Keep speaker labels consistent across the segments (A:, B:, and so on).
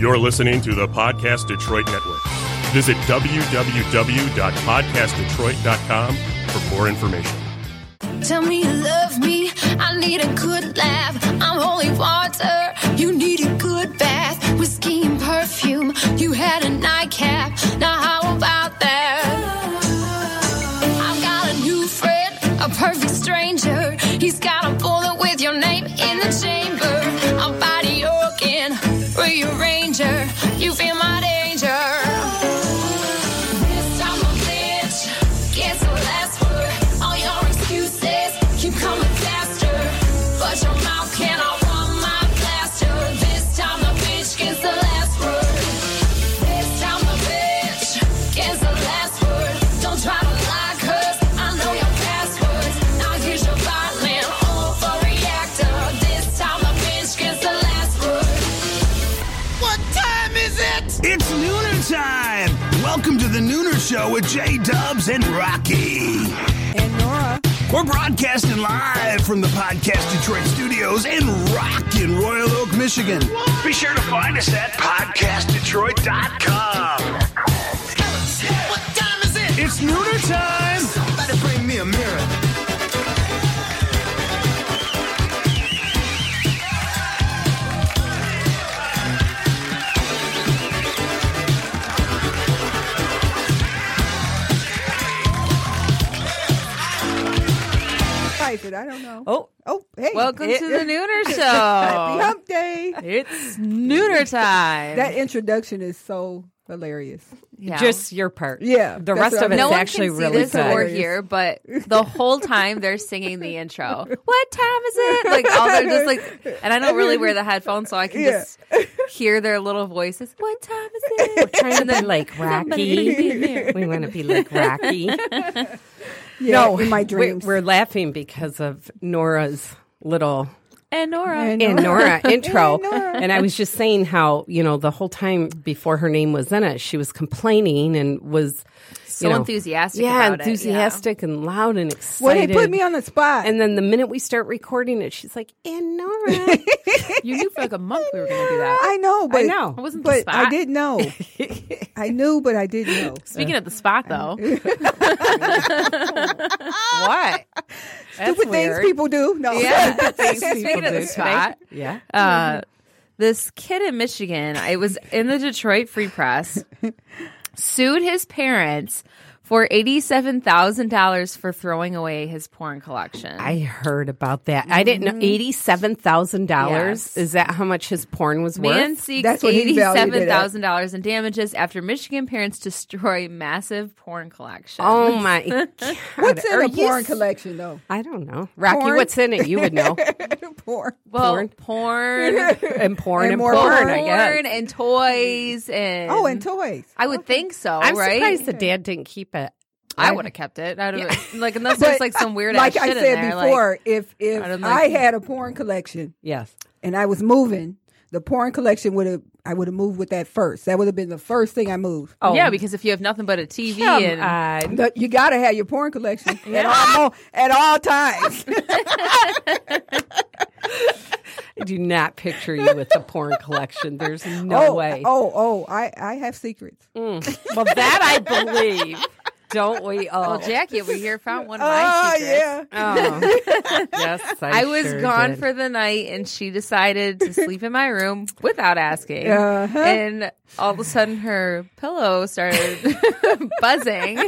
A: You're listening to the Podcast Detroit Network. Visit www.podcastdetroit.com for more information.
B: Tell me you love me. I need a good laugh. I'm holy water. You need a good bath. Whiskey and perfume. You had a nightcap. Now, how about that? I've got a new friend, a perfect stranger. He's got a bullet with your name in the chamber. I'll body organ, rearrange her. You feel my danger. This time I'm bitch. Guess the last word. All your excuses keep coming faster. But your mouth cannot run my plaster. This time the bitch gets the last word. This time the bitch gets the last word. Don't try to lie, cause I know your passwords. Now here's your violin overreactor. This time the bitch gets the last word.
C: What time is it? It's nooner time. Welcome to the Nooner Show with Jay Dubs and Rocky.
D: And Nora.
C: We're broadcasting live from the Podcast Detroit studios in rockin' Royal Oak, Michigan. Be sure to find us at podcastdetroit.com.
D: What time is it?
C: It's nooner time.
D: Somebody bring me a mirror.
E: type it. I don't know.
F: Oh,
E: Oh, hey.
F: welcome
E: It-
F: to the Nooner
E: Happy
F: Show.
E: Hump Day.
F: it's Nooner time.
E: That introduction is so hilarious.
F: Yeah. Just your part.
E: Yeah,
F: The
E: that's
F: rest
E: what
F: of
E: I
F: it's
G: no
E: meant.
G: one
F: actually
G: can see
F: really
G: this or
F: good.
E: Hilarious.
G: here, but the whole time they're singing the intro. What time is it? Like all they're just like, and I don't really wear the headphones, so I can
E: Yeah.
G: just hear their little voices. What time is it?
F: Trying to be like Rocky. we want to be like Rocky.
E: Yeah,
F: no,
E: in my
F: we-
E: dreams.
F: We're laughing because of Nora's little
G: And Nora,
E: And
F: and Nora intro.
E: And Nora.
F: And I was just saying how, you know, the whole time before her name was in it, she was complaining and was
G: So
F: you know,
G: enthusiastic
F: Yeah,
G: about it, yeah.
F: enthusiastic and loud and excited.
E: well, they put me on the spot.
F: And then the minute we start recording it, she's like, and Nora.
G: you knew for like a month we were going to do that.
E: I know, but
F: know. I
G: wasn't the
E: but I
G: spot.
E: did know. I knew, but I did know.
G: Speaking of the spot, though,
F: what?
E: Stupid things people do. No,
G: yeah. Speaking of
F: do.
G: the spot,
F: Yeah.
G: uh, this kid in Michigan, I was in the Detroit Free Press, sued his parents for eighty-seven thousand dollars for throwing away his porn collection.
F: I heard about that. I didn't
E: Mm-hmm.
F: know eighty-seven thousand dollars.
G: Yes.
F: Is that how much his porn was
G: Man
F: worth?
G: seeks
E: That's what he valued
G: eighty-seven
E: it at.
G: thousand dollars in damages after Michigan parents destroy massive porn collection.
F: Oh my! God.
E: what's in
F: Are
E: a
F: you
E: porn
F: s-
E: collection though?
F: I don't know, Rocky.
E: Porn?
F: What's in it? You would know.
E: porn.
G: well,
F: porn.
G: porn, porn,
F: and porn
E: And
F: and,
E: more
F: porn,
E: porn.
F: I guess.
G: and toys, and
E: Oh, and toys.
G: I would think so,
F: I'm
G: right?
F: surprised the dad didn't keep it.
G: I would have kept it. I'd have, like unless there's like some weird
E: like
G: ass
E: I
G: shit
E: said
G: in there, like-
E: before, if if
G: I
E: I,
G: don't like-
E: had a porn collection
F: Yes.
E: and I was moving, the porn collection would have I would have moved with that first. That would have been the first thing I moved.
F: Oh,
G: Yeah, because if you have nothing but a TV
F: come
G: and
F: on.
E: But you gotta have your porn collection at all mo- at all times.
F: I do not picture you with a porn collection. There's no
E: oh,
F: way.
E: oh, oh, I I have secrets.
F: Well, that I believe. Oh, Don't we all?
G: well, Jackie over here found one of my
E: Oh
G: secrets.
E: yeah,
F: Oh. yes, I,
G: I was
F: sure
G: gone
F: did.
G: for the night, and she decided to sleep in my room without asking.
E: Uh-huh.
G: And all of a sudden, her pillow started buzzing.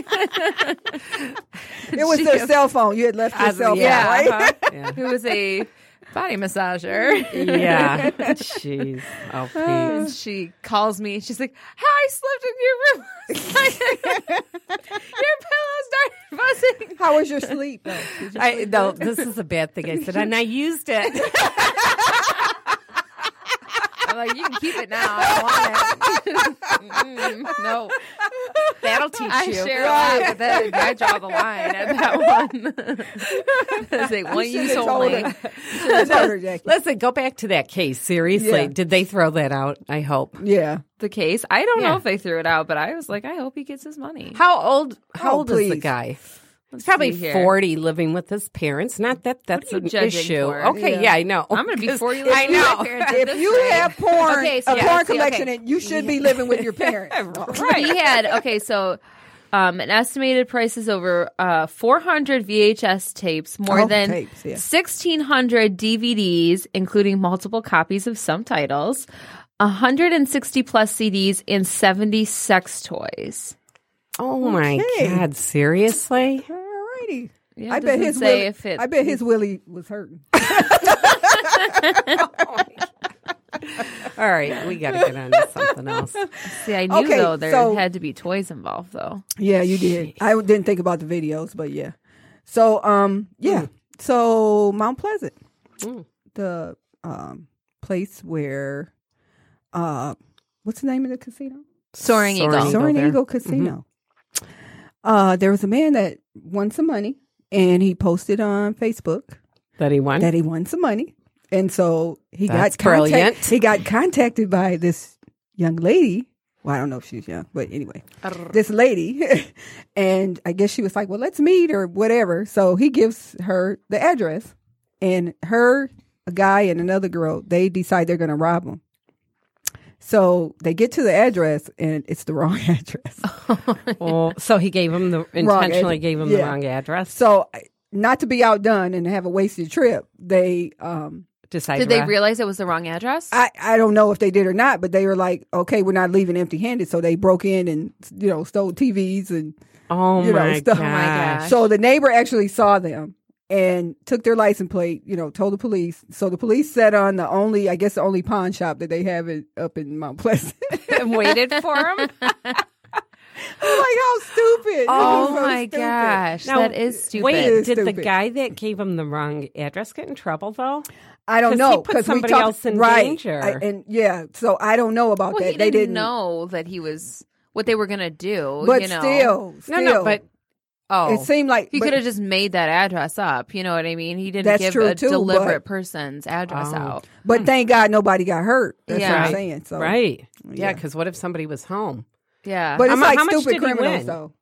E: it was their cell phone. You had left your cell phone,
G: yeah,
E: right?
G: uh-huh. Who was a body massager?
F: Yeah. Jeez. Oh, please.
G: And she calls me. She's like, "I slept in your room. last night. your pillow started buzzing."
E: How was your sleep? though? Did you
F: I, no, this is a bad thing I said, and I used it.
G: I'm like, you can keep it now. I don't want it. Mm, no,
F: That'll teach
G: I
F: you.
G: share a lot, but then I draw the line at that one. it's like one
E: should've
G: use
E: told
G: only.
E: her. You should've told her, Jackie.
F: Listen, go back to that case. Seriously,
E: Yeah.
F: did they throw that out? I hope.
E: Yeah,
G: The case. I don't
F: Yeah.
G: know if they threw it out, but I was like, I hope he gets his money.
F: How old? How
E: Oh,
F: old is the
E: please.
F: guy? He's probably
G: see here.
F: 40 living with his parents. Not that that's
G: are you
F: an
G: judging
F: issue.
G: for?
F: Okay,
E: Yeah.
F: yeah. I know.
G: I'm gonna be
F: 'Cause
G: 40
F: I
G: living with my
F: know.
G: parents.
E: If you have porn,
G: Okay, so
E: a
G: yeah,
E: porn
G: see,
E: collection,
G: okay.
E: and you should be living with your parents.
G: Right. He had okay, so um, an estimated price is over uh, 400 VHS tapes, more
E: Oh,
G: than
E: tapes, yeah.
G: 1,600 DVDs, including multiple copies of some titles, 160 plus CDs, and 70 sex toys.
F: Oh my
E: Okay.
F: God, seriously?
E: Alrighty.
G: Yeah,
E: I
G: it
E: bet
G: doesn't
E: his
G: say
E: willy,
G: if it-
E: I bet his willy was hurting.
F: All right, we got to get on to something else.
G: See, I knew
E: Okay,
G: though there
E: so-
G: had to be toys involved though.
E: Yeah, you did. I didn't think about the videos, but yeah. So, um, yeah. So Mount Pleasant, the um place where, uh, what's the name of the casino?
G: Soaring Eagle.
F: Soaring
E: Soaring
F: there.
E: Eagle Casino. Uh, there was a man that won some money, and he posted on Facebook
F: That he won?
E: that he won some money, and so he
F: That's
E: got contact-
F: brilliant.
E: He got contacted by this young lady. Well, I don't know if she's young, but anyway, this lady, and I guess she was like, "Well, let's meet or whatever." So he gives her the address, and her, a guy, and another girl, they decide they're going to rob him. So they get to the address, and it's the wrong address.
F: Oh. Well, so he gave him the intentionally
E: ad-
F: gave him the
E: yeah.
F: wrong address.
E: So, I- not to be outdone and have a wasted trip, they um,
F: Decided
G: Did they
F: to-
G: realize it was the wrong address?
E: I, I don't know if they did or not, but they were like, okay, we're not leaving empty handed. So they broke in and, you know, stole TVs. And
F: Oh
E: you know,
F: my
E: stuff-
F: gosh.
E: Oh
G: my gosh.
E: so the neighbor actually saw them and took their license plate, you know, told the police. So the police set on the only, I guess, the only pawn shop that they have in, up in Mount Pleasant. like,
G: and waited for him.
E: how stupid.
G: oh
E: This is so
G: my
E: stupid.
G: gosh,
F: Now,
G: that is stupid.
F: Wait,
E: It is
F: did the
E: stupid.
F: guy that gave him the wrong address get in trouble though?
E: I don't
F: 'Cause he
E: know.
F: put
E: 'cause we
F: somebody
E: talked-
F: else in
E: right,
F: danger.
E: I- and yeah, so I don't know about
G: Well,
E: that.
G: he
E: they
G: didn't, know that he was what they were gonna do.
E: But
G: you know?
E: still,
F: No,
E: still.
F: no, but
G: oh,
E: it seemed like.
G: he
E: but-
G: could have just made that address up. You know what I mean? He didn't
E: That's
G: give
E: true,
G: a
E: too,
G: deliberate
E: but-
G: person's address
F: Oh.
G: out.
E: But thank God nobody got hurt. That's
G: Yeah.
E: what I'm
G: Right.
E: saying. So
F: right. Yeah,
E: yeah.
F: because what if somebody was home?
G: Yeah,
E: But it's
F: How mu-
E: like
F: how much
E: stupid
F: did he
E: criminals
F: win?
E: though.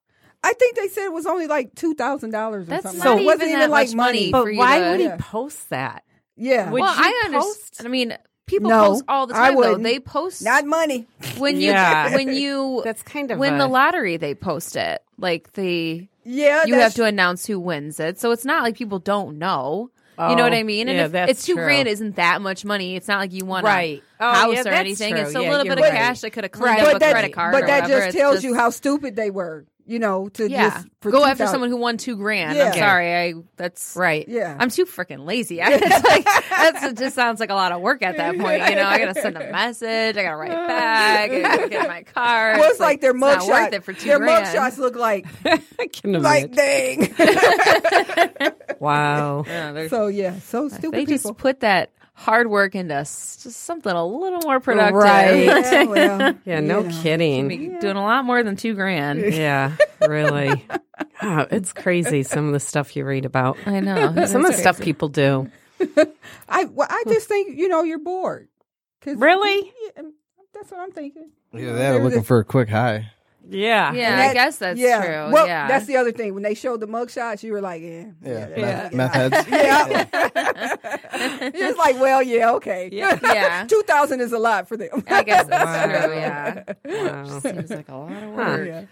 E: I think they said it was only like two thousand dollars or
G: That's
E: something.
G: not
E: So it
G: even
E: wasn't
G: that
E: even like
G: much money.
E: money.
F: But
G: for you
F: why
G: to-
F: would he
E: Yeah.
F: post that?
E: Yeah,
F: Would
G: well,
F: you
G: I
F: post?
G: understand. I mean, people
E: No,
G: post all the
E: I
G: time. though
E: wouldn't.
G: they post
E: not money.
G: when you
F: Yeah.
G: when you
F: That's kind of
G: win
F: a-
G: the lottery. They post it like the
E: Yeah,
G: you have
E: that's-
G: to announce who wins it. So it's not like people don't know. you
F: Oh,
G: know what I mean? And
F: yeah,
G: if
F: that's
G: it's two
F: true.
G: grand isn't that much money. It's not like you want
F: Right.
G: a
F: Oh,
G: house
F: yeah,
G: or
F: that's
G: anything.
F: true.
G: It's a
F: Yeah,
G: little
F: you're
G: bit of
F: right.
G: cash that could have
F: Right. But
G: cleaned up a
F: that-
G: credit card.
E: but
G: or
E: that
G: whatever.
E: just
G: It's
E: tells
G: just-
E: you how stupid they were. You know, to
G: Yeah,
E: just for
G: go after
E: $2,000.
G: someone who won two grand.
E: Yeah.
G: I'm sorry, I that's
F: Right.
E: Yeah,
G: I'm too freaking lazy. I, it's like, that's, it just sounds like a lot of work at that point. You know, I gotta send a message. I gotta write back. I gotta get my car.
E: well, it's like, their
G: it's not
E: mugshots.
G: worth it for two
E: their
G: grand.
E: mugshots look like
F: I can
E: like
F: imagine.
E: dang.
F: wow.
G: Yeah, they're-
E: so yeah, so stupid
G: they
E: people.
G: just put that hard work into s- just something a little more productive.
F: Right.
E: yeah, well,
F: Yeah, no
E: you know.
F: kidding.
G: Doing a lot more than two grand.
F: Yeah, really. Oh, it's crazy some of the stuff you read about.
G: I know.
F: Some of the stuff people do.
E: I well, I just think you know you're bored. 'Cause-
F: Really?
E: Yeah, that's what I'm thinking.
H: Either that or looking for a quick high.
F: Yeah.
G: Yeah, I
E: That-
G: guess that's
E: yeah.
G: true.
E: Well,
G: yeah,
E: that's the other thing. When they showed the mugshots, you were like, yeah.
H: Yeah.
E: Yeah.
H: Meth, meth heads.
E: Yeah. it's like, well, yeah, okay. Yeah.
G: yeah.
E: 2000 is a lot for them.
G: I guess that's
F: Wow.
G: true. Yeah,
F: Wow.
G: seems like a lot of work.
F: Huh.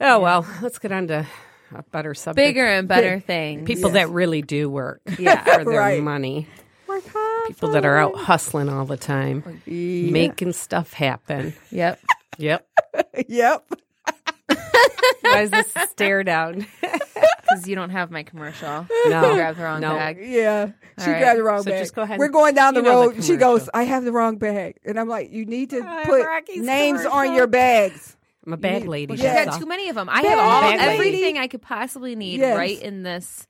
F: Oh, well, let's get on to a better subject.
G: Bigger and better things.
F: People that really do work
G: Yeah.
F: for their
E: Right.
F: money. People that are out hustling all the time, making stuff happen.
G: Yep.
F: Yep.
E: Yep.
F: Why is this stare down?
G: Because you don't have my commercial.
F: No.
G: You grabbed the wrong
F: No.
G: bag.
E: Yeah. She
G: right.
E: grabbed the wrong
F: So
E: bag.
F: just go ahead
E: We're
F: and-
E: going down the
F: you know the
E: road. she goes,
F: commercial.
E: I have the wrong bag. And I'm like, you need to
F: I have
E: put
F: Rocky's
E: names on
F: commercial.
E: your bags.
F: I'm a bag lady.
E: Yeah.
G: You
F: that's
G: got
F: all.
G: too many of them. I have all
F: Bag lady.
G: everything I could possibly need
E: Yes.
G: right in this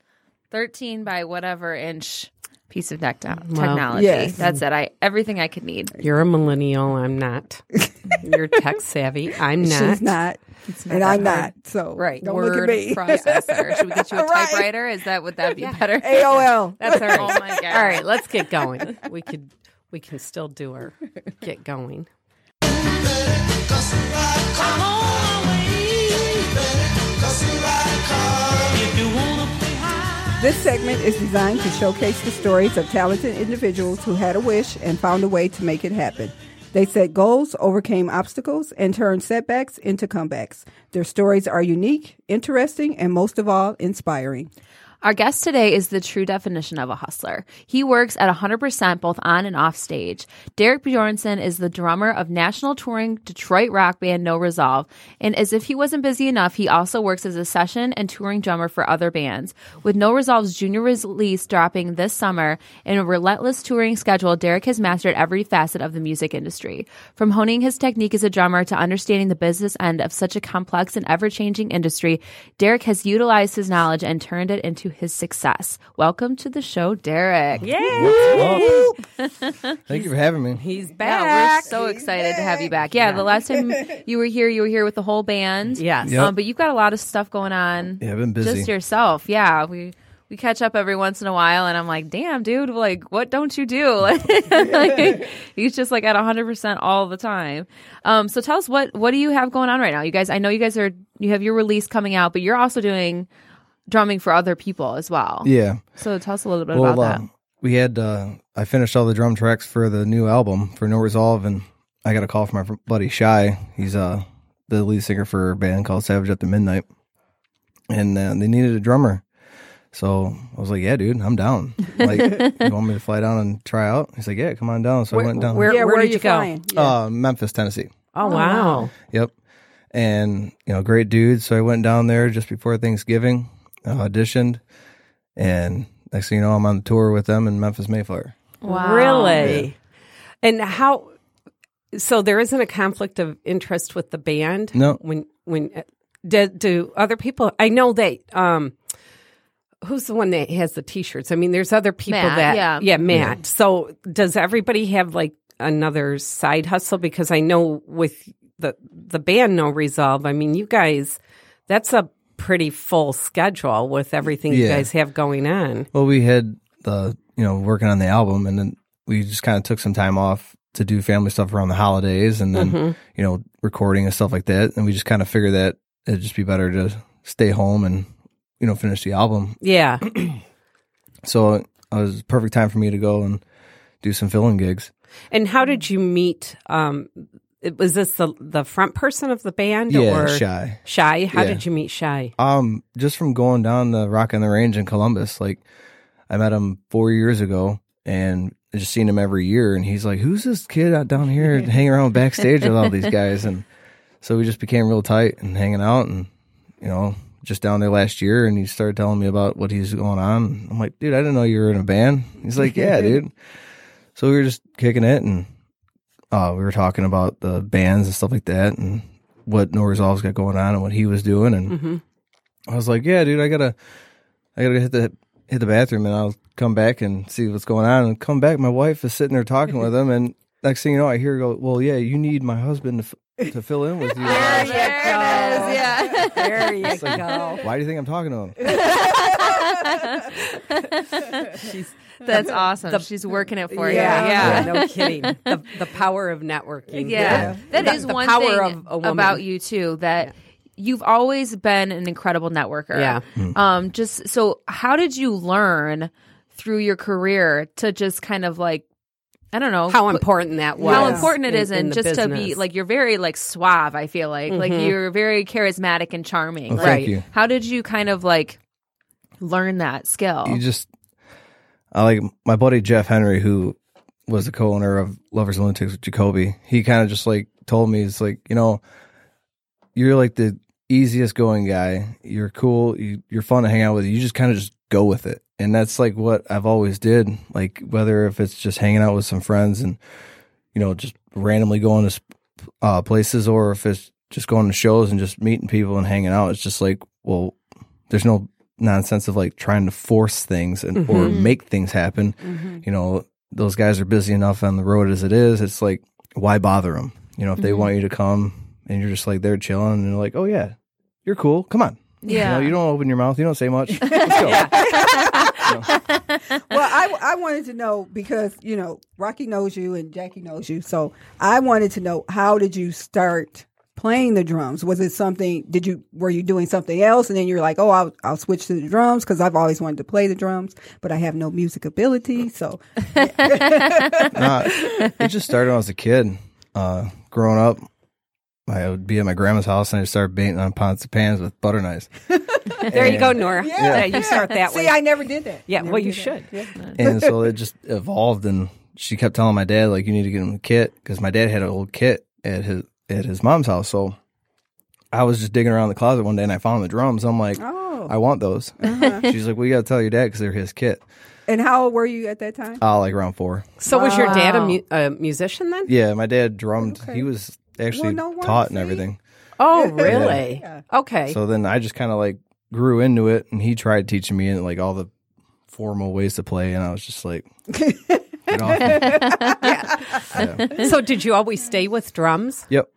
G: 13 by whatever inch piece of tech- technology.
E: Yes.
G: That's it. I everything I could need.
F: You're a millennial. I'm not. You're tech savvy. I'm not.
E: She's not. and I'm not. So don't
G: Word
E: look at me.
G: processor. Should we get you a
E: Right.
G: typewriter? Is that would that be better?
E: AOL.
F: That's all right.
G: Oh my god.
F: All right, let's get going. We could we can still do our get going.
D: Cause I come on, way better. Cause I come.
E: This segment is designed to showcase the stories of talented individuals who had a wish and found a way to make it happen. They set goals, overcame obstacles, and turned setbacks into comebacks. Their stories are unique, interesting, and most of all, inspiring.
G: Our guest today is the true definition of a hustler. He works at 100% both on and off stage. Derek Bjornson is the drummer of national touring Detroit rock band No Resolve. And as if he wasn't busy enough, he also works as a session and touring drummer for other bands. With No Resolve's junior release dropping this summer and a relentless touring schedule, Derek has mastered every facet of the music industry. From honing his technique as a drummer to understanding the business end of such a complex and ever changing industry, Derek has utilized his knowledge and turned it into his success. Welcome to the show, Derek.
H: Well, thank you for having me.
F: He's
G: Yeah, we're
F: back.
G: so excited to have you back. Yeah, the last time you were here, you were here with the whole band.
F: Yes.
H: Yep.
G: Um, but you've got a lot of stuff going on.
H: Yeah, I've been busy.
G: Just yourself. Yeah. We we catch up every once in a while and I'm like, damn, dude, like what don't you do? like he's just like at hundred percent all the time. Um, so tell us what what do you have going on right now? You guys I know you guys are you have your release coming out, but you're also doing drumming for other people as well.
H: Yeah.
G: So tell us a little bit
H: well,
G: about that.
H: um, we had uh, I finished all the drum tracks for the new album for No Resolve, and I got a call from my buddy Shy. He's uh the lead singer for a band called Savage Up to Midnight, and uh, they needed a drummer. So I was like, "Yeah, dude, I'm down. Like, you want me to fly down and try out?" He's like, "Yeah, come on down." So I went down.
F: where-
E: yeah, where,
F: did
E: did
F: you go?
E: flying? Yeah.
H: Uh, Memphis, Tennessee.
F: Oh, wow.
H: Yep. And, you know, great dude. So I went down there just before Thanksgiving, uh, auditioned, and next thing you know, I'm on tour with them in Memphis Mayflower.
G: Wow.
F: Really? And how? So there isn't a conflict of interest with the band.
H: No.
F: When when uh, do, do other people? I know that. Um, who's the one that has the T-shirts? I mean, there's other people
G: Matt,
F: that
G: yeah.
F: Matt. So does everybody have like another side hustle? Because I know with the the band No Resolve, I mean, you guys, that's a pretty full schedule with everything you
H: Yeah.
F: guys have going on.
H: Well, we had the, you know, working on the album, and then we just kind of took some time off to do family stuff around the holidays and then, you know, recording and stuff like that. And we just kind of figured that it'd just be better to stay home and, you know, finish the album.
F: Yeah.
H: So it was a perfect time for me to go and do some filling gigs.
F: And how did you meet? Um, it- was this the the front person of the band?
H: Yeah,
F: or
H: shy.
F: Shy. How
H: Yeah.
F: did you meet Shy?
H: Um, just from going down the Rock on the Range in Columbus, like I met him four years ago, and I just seen him every year, and he's like, "Who's this kid out down here hanging around backstage with all these guys?" And so we just became real tight and hanging out, and you know, just down there last year, and he started telling me about what he's going on. I'm like, "Dude, I didn't know you were in a band." He's like, "Yeah, dude." So we were just kicking it, and uh, we were talking about the bands and stuff like that, and what No Resolve's got going on, and what he was doing, and. I was like, "Yeah, dude, I gotta, I gotta hit the hit the bathroom, and I'll come back and see what's going on." And come back, my wife is sitting there talking with him, and next thing you know, I hear her go, "Well, yeah, you need my husband to, f- to fill in with you." And I
G: There it is. Yeah.
F: There you
H: was like, Why do you think I'm talking to him?
G: That's awesome. She's working it for you.
F: Yeah, no kidding. The, the power of networking.
G: Yeah. that is
F: The- the
G: one
F: power
G: thing
F: of a woman.
G: about you too that you've always been an incredible networker.
F: Yeah.
H: Mm.
G: Um just so how did you learn through your career to just kind of like I don't know
F: How
G: put-
F: important that was.
G: how important it
F: in-
G: is,
F: in
G: and
F: the
G: just to be
F: business. Mm-hmm.
G: like you're very like suave. I feel like like you're very charismatic and charming. like,
H: Well, thank you.
G: How did you kind of like learn that skill?
H: You just, I like my buddy Jeff Henry, who was the co-owner of Lovers and Lunatics with Jacoby. He kind of just like told me, "It's like you know, you're like the easiest going guy. You're cool. You, you're fun to hang out with. You just kind of just go with it." And that's like what I've always did. Like whether if it's just hanging out with some friends and you know just randomly going to sp- uh, places, or if it's just going to shows and just meeting people and hanging out. It's just like, well, there's no nonsense of like trying to force things and or make things happen. You know, those guys are busy enough on the road as it is. It's like, why bother them? You know, if they want you to come and you're just like there chilling and they're like, oh yeah, you're cool. Come on.
G: Yeah.
H: You, know, you don't open your mouth. You don't say much. Let's go.
E: well, I, I wanted to know because you know Rocky knows you and Jackie knows you, so I wanted to know how did you start playing the drums? Was it something? Did you were you doing something else, and then you're like, oh, I'll, I'll switch to the drums because I've always wanted to play the drums, but I have no music ability. So
H: Nah, it just started when I was a kid. Uh, growing up, I would be at my grandma's house and I would start baiting on pots and pans with butter knives.
F: There you go, Nora. Yeah, you start that
E: see,
F: way.
E: I never did that.
F: yeah,
E: Never
F: well, you
E: did that.
F: should.
H: and so it just evolved and she kept telling my dad like you need to get him a kit because my dad had an old kit at his at his mom's house so i was just digging around the closet one day and i found the drums i'm like
E: Oh. Uh-huh.
H: i want those she's like we gotta tell your dad because they're his kit
E: And how old were you at that time?
H: oh like round four
F: So was your dad a, mu- a musician then?
H: yeah my dad drummed
E: Okay.
H: he was actually
E: Well, no wonder,
H: taught and
E: see?
H: everything
F: Oh, really? Okay.
H: so then i just kind of like grew into it and he tried teaching me and like all the formal ways to play and i was just like get off me.
F: so did you always stay with drums?
H: Yep.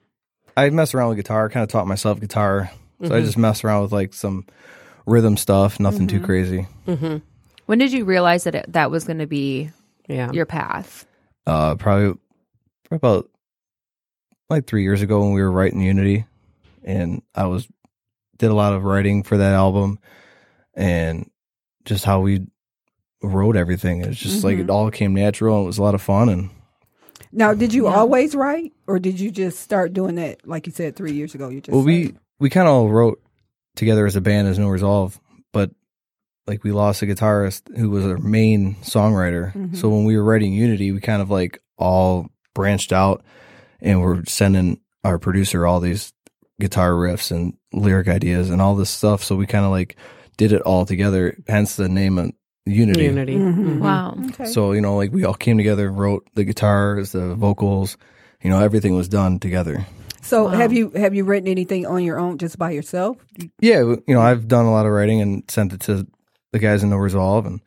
H: I mess around with guitar, kind of taught myself guitar. So I just mess around with like some rhythm stuff, nothing too crazy.
F: Mm-hmm.
G: When did you realize that it, that was going to be
F: Yeah.
G: your path?
H: Uh probably, probably about like 3 years ago when we were writing Unity and I was did a lot of writing for that album and just how we wrote everything. It was just like it all came natural and it was a lot of fun and
E: Now, did you always write, or did you just start doing that? Like you said, three years ago, you just
H: Well, we
E: started?
H: we kind of all wrote together as a band as No Resolve, but like we lost a guitarist who was our main songwriter. So when we were writing Unity, we kind of like all branched out and we're sending our producer all these guitar riffs and lyric ideas and all this stuff. So we kind of like did it all together. Hence the name of Unity.
F: Unity.
E: Mm-hmm.
F: Mhm.
G: Wow.
H: So you know, like we all came together, and wrote the guitars, the vocals. You know, everything was done together.
E: So have you have you written anything on your own, just by yourself?
H: yeah, you know, I've done a lot of writing and sent it to the guys in No Resolve, and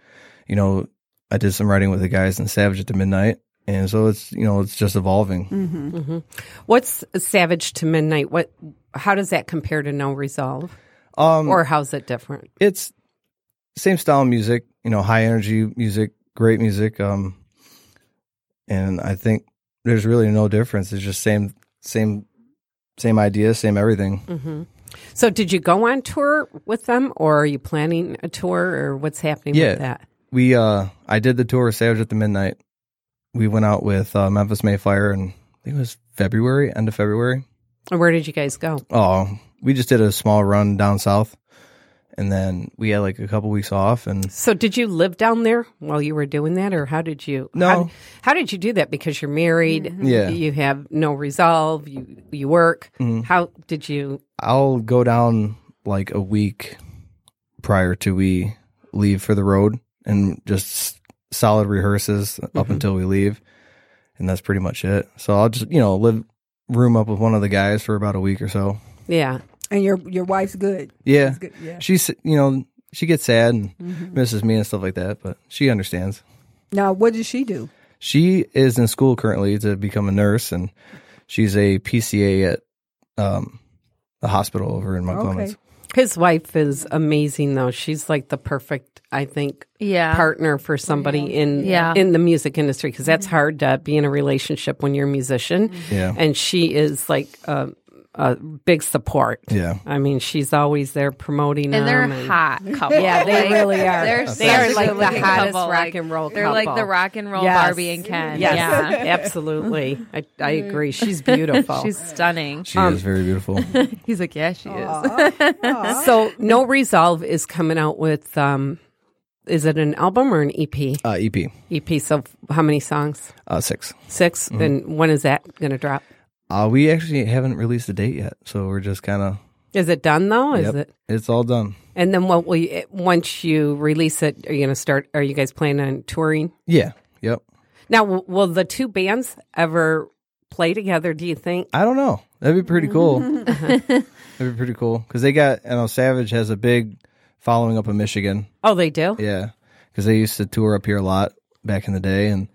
H: you know, I did some writing with the guys in Savage at the Midnight, and so it's you know, it's just evolving.
F: What's Savage to Midnight? What? How does that compare to No Resolve?
H: Um,
F: Or how's it different?
H: it's same style of music, you know, high energy music, great music, um, and I think there's really no difference. It's just same, same, same idea, same everything.
F: So did you go on tour with them, or are you planning a tour, or what's happening with that?
H: We uh I did the tour of Savage at the Midnight. We went out with uh, Memphis Mayfire and I think it was February, end of February.
F: Or where did you guys go?
H: Oh, we just did a small run down south and then we had like a couple weeks off and
F: So did you live down there while you were doing that, or how did you?
H: No. Mm-hmm.
F: How, how did you do that? Because you're married.
H: Yeah. Mm-hmm.
F: You have no resolve. You you work. How did you?
H: I'll go down like a week prior to we leave for the road and just solid rehearses
E: Mm-hmm.
H: up until we leave. And that's pretty much it. So I'll just, you know, live room up with one of the guys for about a week or so.
F: Yeah.
E: And your your wife's good.
H: Yeah.
E: good, yeah. Mm-hmm.
H: She's, you know, she gets sad and misses me and stuff like that, but she understands.
E: Now, what does she do?
H: She is in school currently to become a nurse and she's a PCA at um, the hospital over in Montgomery.
E: Okay.
F: His wife is amazing, though. She's like the perfect, I think,
G: Yeah.
F: partner for somebody in
G: Yeah. Mm-hmm.
F: in the music industry because that's hard to be in a relationship when you're a musician.
H: Yeah.
F: and she is like a, a big support.
H: Yeah.
F: I mean, she's always there promoting
G: And they're
F: them and-
G: hot couple.
F: Yeah, they
G: Like,
F: really are.
G: They're
F: They are
G: such a
F: like
G: good
F: the
G: looking
F: hottest
G: couple.
F: rock
G: Like,
F: and roll
G: They're like
F: couple.
G: the rock and roll
F: Yes.
G: Barbie and Ken.
F: Yes,
G: Yeah.
F: absolutely. I, I agree. She's beautiful.
G: She's stunning.
H: She
F: Um,
H: is very beautiful.
G: He's like, yeah, she is.
F: so no resolve is coming out with. Um, is it an album or an E EP?
H: Uh, EP
F: EP. So f- how many songs?
H: uh, six.
F: 6 And when is that going to drop?
H: Uh, we actually haven't released the date yet, so we're just kind of.
F: Is it done though? Is it?
H: It's all done.
F: And then what will you, once you release it? Are you going to start? Are you guys planning on touring?
H: Yeah. Yep.
F: Now, w- will the two bands ever play together? Do you think?
H: I don't know. That'd be pretty cool. That'd be pretty cool because they got. I know Savage has a big following up in Michigan.
F: Oh, they do.
H: Yeah, because they used to tour up here a lot back in the day, and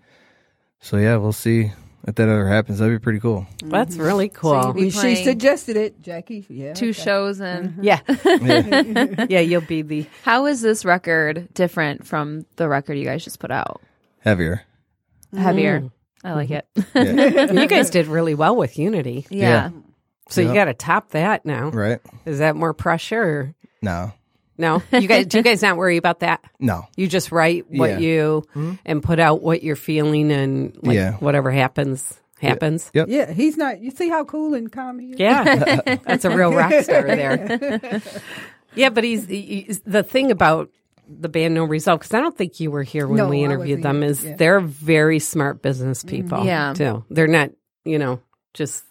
H: so yeah, we'll see if that ever happens. That'd be pretty cool.
F: That's really cool.
G: Be
E: she
G: playing
E: suggested it, Jackie. Yeah.
G: Two shows and
F: yeah, yeah, you'll be the
G: how is this record different from the record you guys just put out?
H: Heavier.
F: Mm.
G: Heavier. I like it.
F: Mm-hmm. you guys did really well with Unity.
G: Yeah.
F: So you
H: Yeah.
F: got to top that now.
H: Right?
F: Is that more pressure? Or
H: No.
F: no, you guys do you guys not worry about that?
H: No.
F: You just write what
H: Yeah. Hmm?
F: you and put out what you're feeling and like
H: Yeah.
F: whatever happens happens.
H: Yep.
E: Yeah, he's not. You see how cool and calm he is.
F: Yeah, that's a real rock star there. yeah, but he's, he's the thing about the band No Resolve because I don't think you were here when
E: No,
F: we
E: I
F: interviewed
E: wasn't
F: them.
E: here.
F: Is
E: Yeah. Mm-hmm.
F: they're very smart business people.
G: Yeah.
F: too. They're not you know just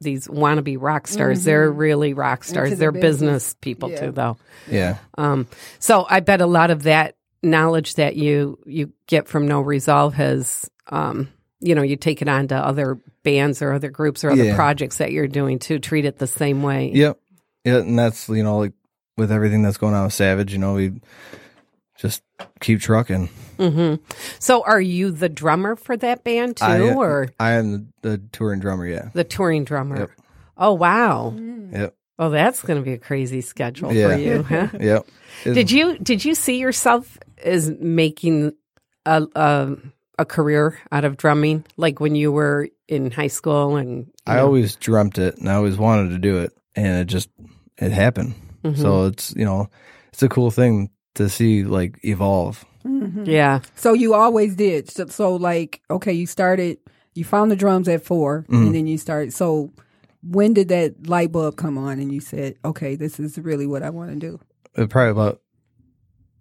F: these wannabe rock stars. They're really rock stars.
E: Mm-hmm. the
F: They're
E: business.
F: business people
E: Yeah.
F: too, though.
H: Yeah.
F: Um, so I bet a lot of that knowledge that you you get from No Resolve has, um, you know, you take it on to other bands or other groups or other
H: Yeah.
F: projects that you're doing to treat it the same way.
H: Yep. Yeah, and that's you know like with everything that's going on with Savage, you know we just keep trucking.
F: Mm-hmm. So are you the drummer for that band too,
H: I,
F: or
H: I am the, the touring drummer. Yeah.
F: the touring drummer?
H: Yep.
F: Oh wow!
H: Yep.
F: Oh, that's going to be a crazy schedule
H: Yeah.
F: for you. Huh?
H: Yep.
F: did you did you see yourself as making a, a a career out of drumming, like when you were in high school and you
H: I
F: know?
H: always dreamt it and I always wanted to do it and it just it happened. So
E: Mm-hmm.
H: it's you know it's a cool thing to see like evolve.
F: Yeah.
E: So you always did. So, so like, okay, you started. You found the drums at 4
H: Mm-hmm.
E: and then you started. So when did that light bulb come on, and you said, okay, this is really what I want to do?
H: Uh, Probably about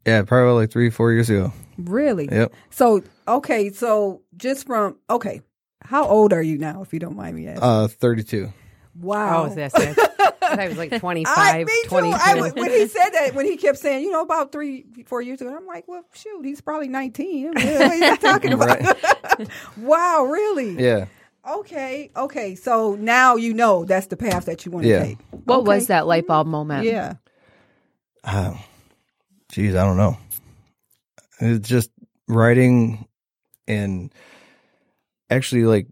H: yeah, probably about like three four years ago.
E: Really?
H: Yep.
E: So okay, so just from okay, how old are you now, if you don't mind me asking?
H: Uh, thirty two.
E: wow.
F: Oh, is that sad? I thought it was like 25,
E: I, me too.
F: 22.
E: I, would- when he said that, when he kept saying, you know, about three, four years ago, I'm like, well, shoot, he's probably 19. What are you talking about?
H: Right.
E: Wow, really?
H: Yeah.
E: Okay, okay. So now you know that's the path that you want to
H: Yeah.
E: take.
G: What
E: Okay.
G: was that light bulb moment?
E: Yeah.
H: Jeez, Uh, I don't know. It's just writing and actually like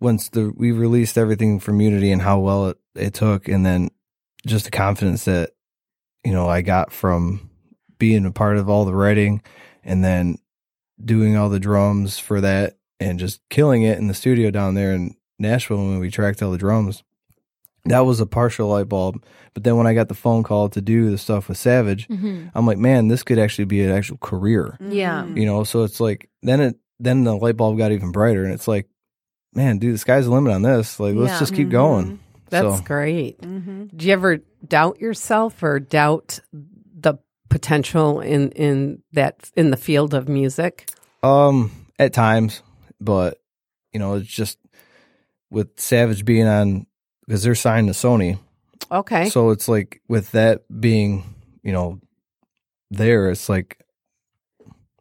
H: once the we released everything from Unity and how well it, it took and then just the confidence that you know I got from being a part of all the writing and then doing all the drums for that and just killing it in the studio down there in Nashville when we tracked all the drums. That was a partial light bulb. But then when I got the phone call to do the stuff with
G: Mm.
H: Savage,
G: Mm-hmm.
H: I'm like, man, this could actually be an actual career,
F: Mm-hmm.
G: Yeah.
H: you know. So it's like then it then the light bulb got even brighter, and it's like, man, dude, the sky's the limit on this. Like, let's
G: Yeah.
H: just keep going.
F: Mm-hmm. That's
H: so
F: great.
E: Mm-hmm.
F: Do you ever doubt yourself or doubt the potential in, in that in the field of music?
H: um, at times, but you know, it's just with Savage being on because they're signed to Sony,
F: Okay.
H: so it's like with that being, you know, there, it's like,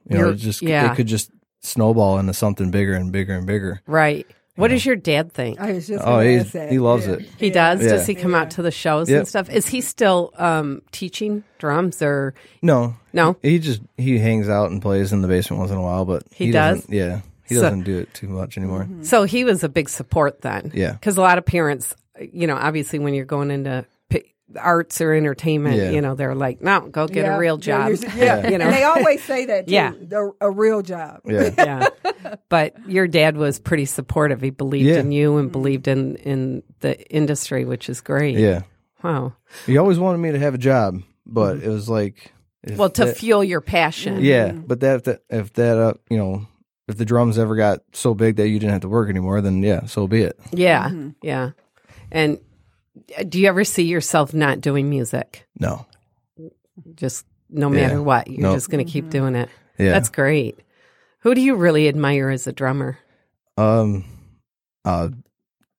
H: you know,
F: You're-
H: it just
F: yeah.
H: it could just snowball into something bigger and bigger and bigger.
F: right. What does your dad think?
E: I was just
H: Oh,
E: gonna
H: he's,
E: ask that.
H: he loves
E: Yeah.
H: it.
F: He does. Does he
H: Yeah.
F: come out to the shows
H: Yep.
F: and stuff? Is he still um, teaching drums or
H: No,
F: no?
H: he just he hangs out and plays in the basement once in a while, but
F: He
H: doesn't-
F: does?
H: Yeah, he
F: So- Mm-hmm.
H: doesn't do it too much anymore.
F: So he was a big support then.
H: Yeah.
F: Because a lot of parents, you know, obviously when you're going into p- arts or entertainment,
H: Yeah.
F: you know, they're like, no, go get
E: Yeah.
F: a real
E: Yeah,
F: job.
E: you're- Yeah.
F: You know?
E: And they always say that, too.
F: Yeah.
E: the- a real job.
H: Yeah,
F: yeah. But your dad was pretty supportive. He believed
H: Yeah.
F: in you and believed in, in the industry, which is great.
H: yeah.
F: Wow.
H: He always wanted me to have a job, but it was like, if
F: Mm-hmm. Well, to Mm-hmm.
H: that-
F: fuel your passion.
H: yeah, but that, that if that uh, you know if the drums ever got so big that you didn't have to work anymore, then yeah, so be it.
F: Yeah. Yeah. And uh, do you ever see yourself not doing music?
H: No,
F: Just no matter what, you're
H: Nope.
F: just going to keep doing it.
H: yeah,
F: That's great. Who do you really admire as a drummer?
H: um, uh,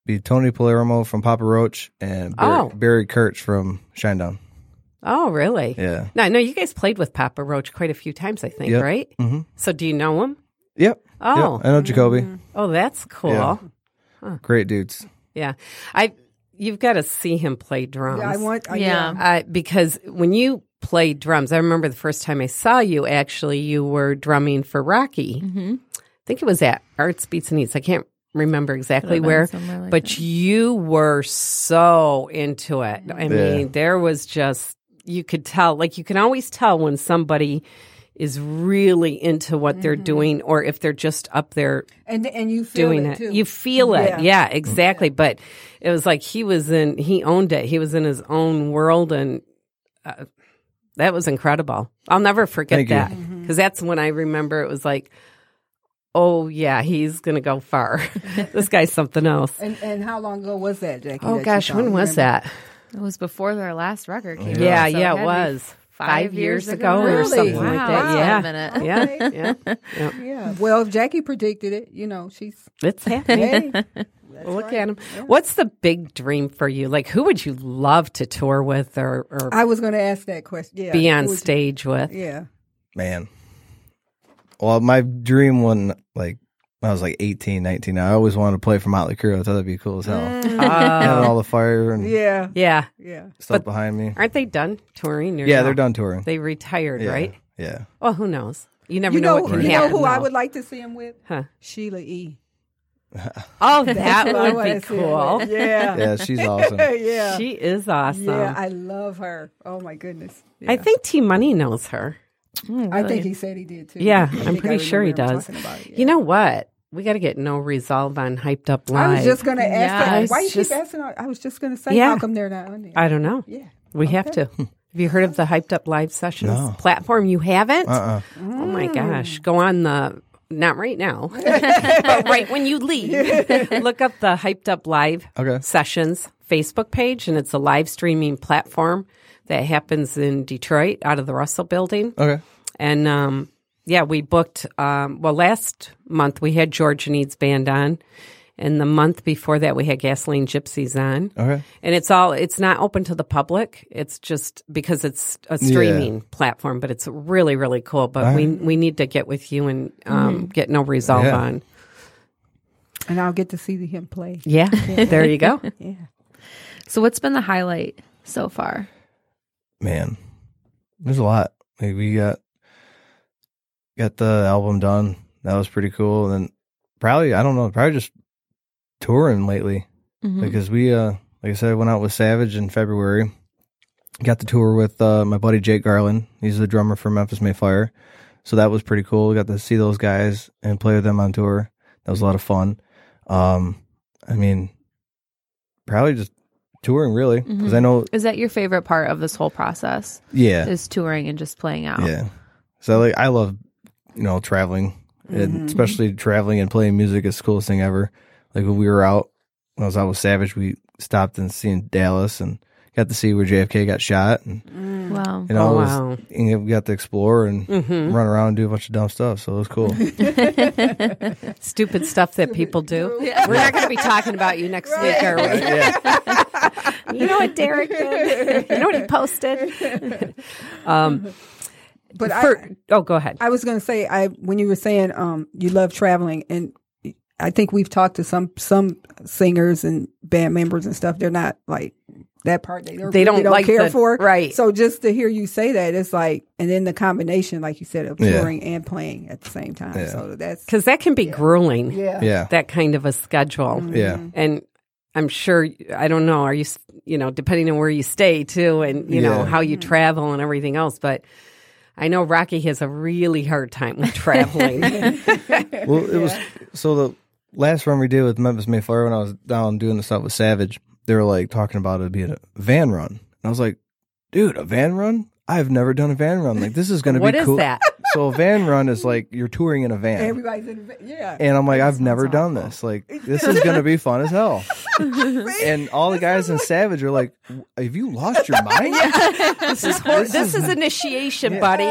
H: be Tony Palermo from Papa Roach and Barry,
F: Oh.
H: Barry Kirch from Shinedown.
F: Oh, really?
H: Yeah,
F: No, no, you guys played with Papa Roach quite a few times, I think,
H: Yep.
F: right?
H: hmm
F: So do you know him?
H: yep.
F: Oh,
H: yep. I know Jacoby.
F: oh, that's cool.
H: Yeah.
F: Yeah.
H: Great dudes.
F: I, you've got to see him play drums.
E: Yeah, I want. I-
G: Yeah.
F: uh, because when you play drums, I remember the first time I saw you. Actually, you were drumming for Rocky. Mm-hmm. I think it was at Arts Beats and Eats. I can't remember exactly
G: been
F: where,
G: somewhere like
F: but
G: that.
F: you were so into it. I
H: Yeah.
F: mean, there was just you could tell. Like you can always tell when somebody is really into what they're doing or if they're just up there
E: and and you feel
F: doing
E: it,
F: it.
E: too.
F: You feel it. Yeah,
E: Yeah.
F: exactly. But it was like he was in, he owned it. He was in his own world. And uh, that was incredible. I'll never forget
H: Thank you.
F: that. Because
E: Mm-hmm.
F: that's when I remember it was like, oh, yeah, he's going to go far. this guy's something else.
E: And and how long ago was that, Jackie?
F: Oh,
E: that you
F: gosh,
E: saw?
F: when
E: You
F: was
E: remember?
F: that?
G: It was before their last record came out.
F: Yeah, yeah,
G: so
F: it
G: had to be
F: was.
G: Five,
F: Five
G: years,
F: years ago or
G: Really?
F: something like
G: Wow.
F: that.
G: Wow.
F: Yeah.
G: Wait a minute.
F: Yeah, yeah, yeah.
E: Yeah. Well, if Jackie predicted it, you know, she's
F: It's happening.
E: hey,
F: Look at him. What's the big dream for you? Like, who would you love to tour with or, or
E: I was going to ask that question. Yeah.
F: be on
E: Who would you-
F: stage with?
E: Yeah.
H: Man. Well, my dream when like when I was like 18, 19, I always wanted to play for Motley Crue. I thought that'd be cool as hell. Having all the fire and
E: Yeah.
F: Mm. Oh. Yeah.
E: Yeah.
H: stuff behind me.
F: Aren't they done touring? Or
H: Yeah,
F: no?
H: they're done touring.
F: They retired,
H: yeah.
F: right?
H: Yeah.
F: Well, who knows? You never
E: You
F: know,
E: know,
F: what can
E: you know
F: happen.
E: who I
F: though.
E: would like to see him with?
F: Huh.
E: Sheila E.
F: Oh,
E: That's
F: that
E: who I
F: would
E: wanna
F: be
E: see him
F: cool.
E: with. Yeah.
H: Yeah, she's awesome.
E: yeah.
F: She is awesome.
E: yeah. I love her. Oh my goodness.
F: I think T Money knows her.
E: I think he said he did too.
F: Yeah,
E: I think
F: I'm
E: I
F: pretty sure he
E: remember him
F: does.
E: talking about it, yeah.
F: You know what? We got to get no resolve on hyped up live.
E: I was just going to ask
G: Yeah, I
E: that.
F: was
E: Why you
F: just-
E: keep asking? I was just going to say,
F: Yeah.
E: how come they're not on there?
F: I don't know.
E: yeah.
F: We have to. Have you heard of the Hyped Up Live Sessions platform? You haven't?
H: Uh-uh.
F: Oh my gosh. Go on the, not right now, but right when you leave. Look up the Hyped Up Live
H: Okay.
F: Sessions Facebook page, and it's a live streaming platform that happens in Detroit out of the Russell Building.
H: Okay.
F: And um, yeah, we booked. Um, well, last month we had Georgia Needs Band on, and the month before that we had Gasoline Gypsies on.
H: Okay.
F: And it's all it's not open to the public. It's just because it's a streaming platform, but it's really really cool. But we we need to get with you and um,
E: Mm-hmm.
F: get no resolve
H: Yeah.
F: on.
E: And I'll get to see him play.
F: Yeah, there you go.
G: So what's been the highlight so far?
H: Man. There's a lot. Like we got got the album done. That was pretty cool. And then probably I don't know, probably just touring lately. Because we uh like I said, I went out with Savage in February. Got to tour with uh, my buddy Jake Garland. He's the drummer for Memphis Mayfire. So that was pretty cool. Got to see those guys and play with them on tour. That was a lot of fun. Um I mean probably just touring really because I know
G: Is that your favorite part of this whole process?
H: yeah.
G: Is touring and just playing out?
H: Yeah. So like I love you know traveling,
F: Mm-hmm.
H: and especially traveling and playing music is the coolest thing ever. Like when we were out when I was out with Savage, we stopped and seen Dallas and got to see where JFK got shot, and
G: Wow.
H: you know
F: Oh,
H: it was-
F: wow. Mm-hmm.
H: and we got to explore and run around and do a bunch of dumb stuff. So it was cool.
F: Stupid stuff that people do. We're not going to be talking about you next week, are we?
H: yeah.
F: You know what Derek did? You know what he posted? Um,
E: But I,
F: for- oh, go ahead.
E: I was going to say, I when you were saying um, you love traveling, and I think we've talked to some some singers and band members and stuff. They're not like that part. They don't,
F: They don't
E: really
F: like
E: care
F: the-
E: for
F: right.
E: So just to hear you say that, it's like, and then the combination, like you said, of
H: Yeah.
E: touring and playing at the same time.
H: Yeah.
E: So that's
F: Because that can be grueling,
E: yeah.
H: Yeah.
F: that kind of a schedule.
H: Yeah.
F: And I'm sure, I don't know, are you, s- you know, depending on where you stay too and, you know,
H: Yeah.
F: how you travel and everything else. But I know Rocky has a really hard time with traveling.
H: Well, it was so the last run we did with Memphis Mayflower when I was down doing the stuff with Savage, they were like talking about it being a van run, and I was like, dude, a van run? I've never done a van run. Like this is gonna
F: What
H: be
F: is
H: cool.
F: that?
H: So a van run is like you're touring in a van.
E: Everybody's in, the- yeah.
H: and I'm like, I've never done this. Like, this is gonna be fun as hell. and all the guys in Savage are like, "Have you lost your mind?
F: this is hor- this is initiation, buddy.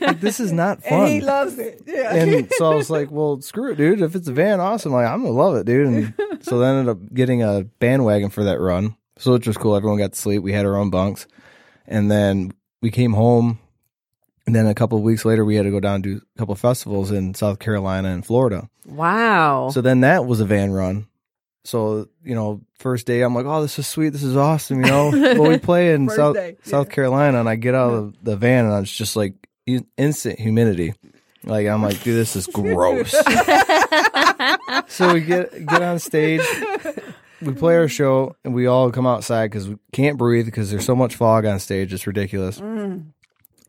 H: Like, this is not fun."
E: And he loves it. Yeah.
H: and so I was like, well, screw it, dude. If it's a van, awesome. Like, I'm going to love it, dude. And so then I ended up getting a bandwagon for that run. So, which was cool. Everyone got to sleep. We had our own bunks. And then we came home. And then a couple of weeks later, we had to go down and do a couple of festivals in South Carolina and Florida.
F: wow.
H: So then that was a van run. So, you know, first day, I'm like, oh, this is sweet. This is awesome. You know, well, we play in
E: First
H: South,
E: day, yeah.
H: South Carolina and I get out of the van and it's just like in- instant humidity. Like, I'm like, dude, this is gross. so we get, get on stage, we play our show and we all come outside because we can't breathe because there's so much fog on stage. It's ridiculous.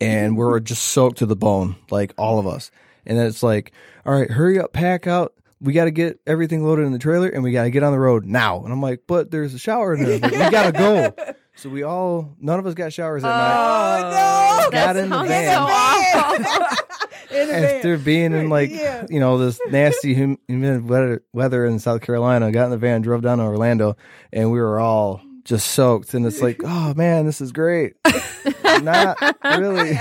H: and we're just soaked to the bone, like all of us. And then it's like, all right, hurry up, pack out. We got to get everything loaded in the trailer and we got to get on the road now. And I'm like, but there's a shower in there. But we got to go. So we all, none of us got showers that
E: Oh,
H: night.
E: no.
H: Got in the
G: sounds
H: van.
G: so awful.
E: In the van.
H: After being in like,
E: Yeah.
H: you know, this nasty hum- humid weather, weather in South Carolina, got in the van, drove down to Orlando, and we were all just soaked. And it's like, oh man, this is great. Not really.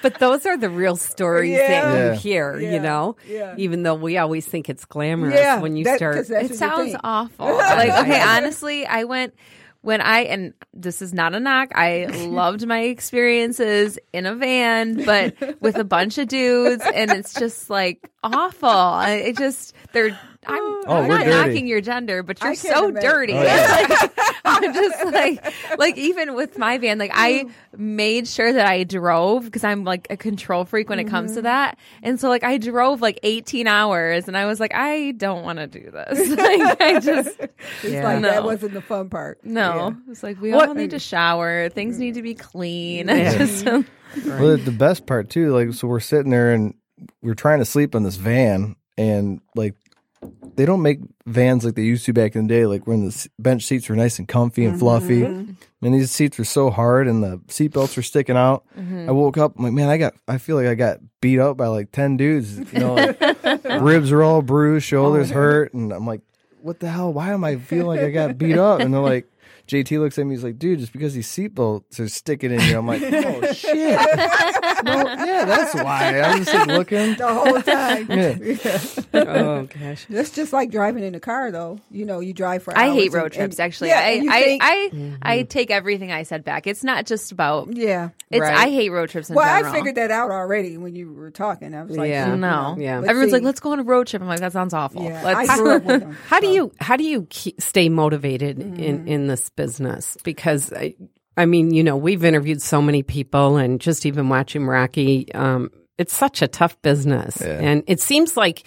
F: But those are the real stories that
E: Yeah.
H: Yeah.
F: you hear,
E: Yeah.
F: you know?
E: Yeah.
F: Even though we always think it's glamorous
E: Yeah,
F: when you
E: that- 'cause
F: start.
E: that's what
G: It
E: you
G: sounds
E: think.
G: awful. like, okay, honestly, I went when I and this is not a knock. I loved my experiences in a van, but with a bunch of dudes, and it's just like awful. I, it just they're. I'm, I'm
H: Oh, we're
G: not
H: dirty.
G: knocking your gender, but you're
E: I can't
G: so
E: imagine.
G: dirty.
H: Oh, yeah.
G: Like, I'm just like, like even with my van, like I made sure that I drove because I'm like a control freak when it comes
E: Mm-hmm.
G: to that, and so like I drove like 18 hours, and I was like, I don't want to do this. Like I just
E: It's
F: Yeah.
E: like that
G: No.
E: wasn't the fun part.
G: no. It's like we all need to shower. Things need to be clean. I
F: Yeah.
G: just-
H: Well, the best part too, like, so we're sitting there and we're trying to sleep in this van, and like, they don't make vans like they used to back in the day. Like, when the s- bench seats were nice and comfy and fluffy, and these seats were so hard, and the seat belts were sticking out. I woke up, I'm like, man, I got, I feel like I got beat up by like ten dudes. You know, like, ribs are all bruised, shoulders hurt, and I'm like, what the hell? Why am I feeling like I got beat up? And they're like. JT looks at me. He's like, "Dude, just because these seatbelts are sticking in you." I'm like, "Oh shit!" Well, yeah, that's why. I was just like, looking.
E: The whole time.
H: Yeah.
F: oh, gosh.
E: That's just like driving in a car, though. You know, you drive for.
G: I
E: hours
G: hate
E: and-
G: road trips.
E: and-
G: Actually,
E: yeah,
G: I
E: and you
G: I
E: think-
G: I,
H: Mm-hmm.
G: I take everything I said back. It's not just about.
E: yeah.
G: It's
F: Right.
G: I hate road trips in
E: Well,
G: general.
E: I figured that out already when you were talking. I was like,
F: Yeah.
E: you
G: no,
E: know,
F: Yeah.
E: but
G: Everyone's
E: see-
G: like, let's go on a road trip. I'm like, that sounds awful.
E: Yeah,
G: Let's
E: I grew up with them.
F: How do you how do you keep, stay motivated in in this business? Because I, I mean, you know, we've interviewed so many people, and just even watching Rocky, um, it's such a tough business, and it seems like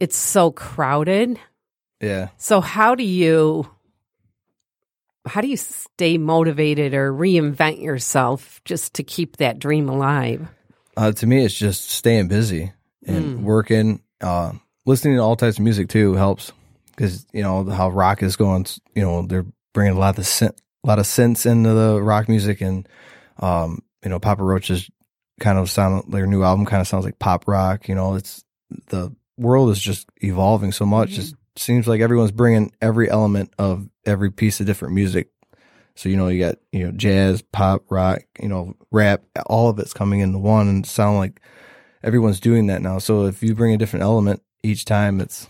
F: it's so crowded.
H: Yeah.
F: So how do you how do you stay motivated or reinvent yourself just to keep that dream alive?
H: Uh, to me, it's just staying busy and working. Uh, listening to all types of music too helps because you know how rock is going. You know they're bringing a lot of sen- a lot of sense into the rock music, and um, you know Papa Roach's kind of sound their new album kind of sounds like pop rock. You know, it's the world is just evolving so much. It seems like everyone's bringing every element of every piece of different music So you know you got you know jazz, pop, rock, you know rap, all of it's coming into one and sound like everyone's doing that now. So if you bring a different element each time, it's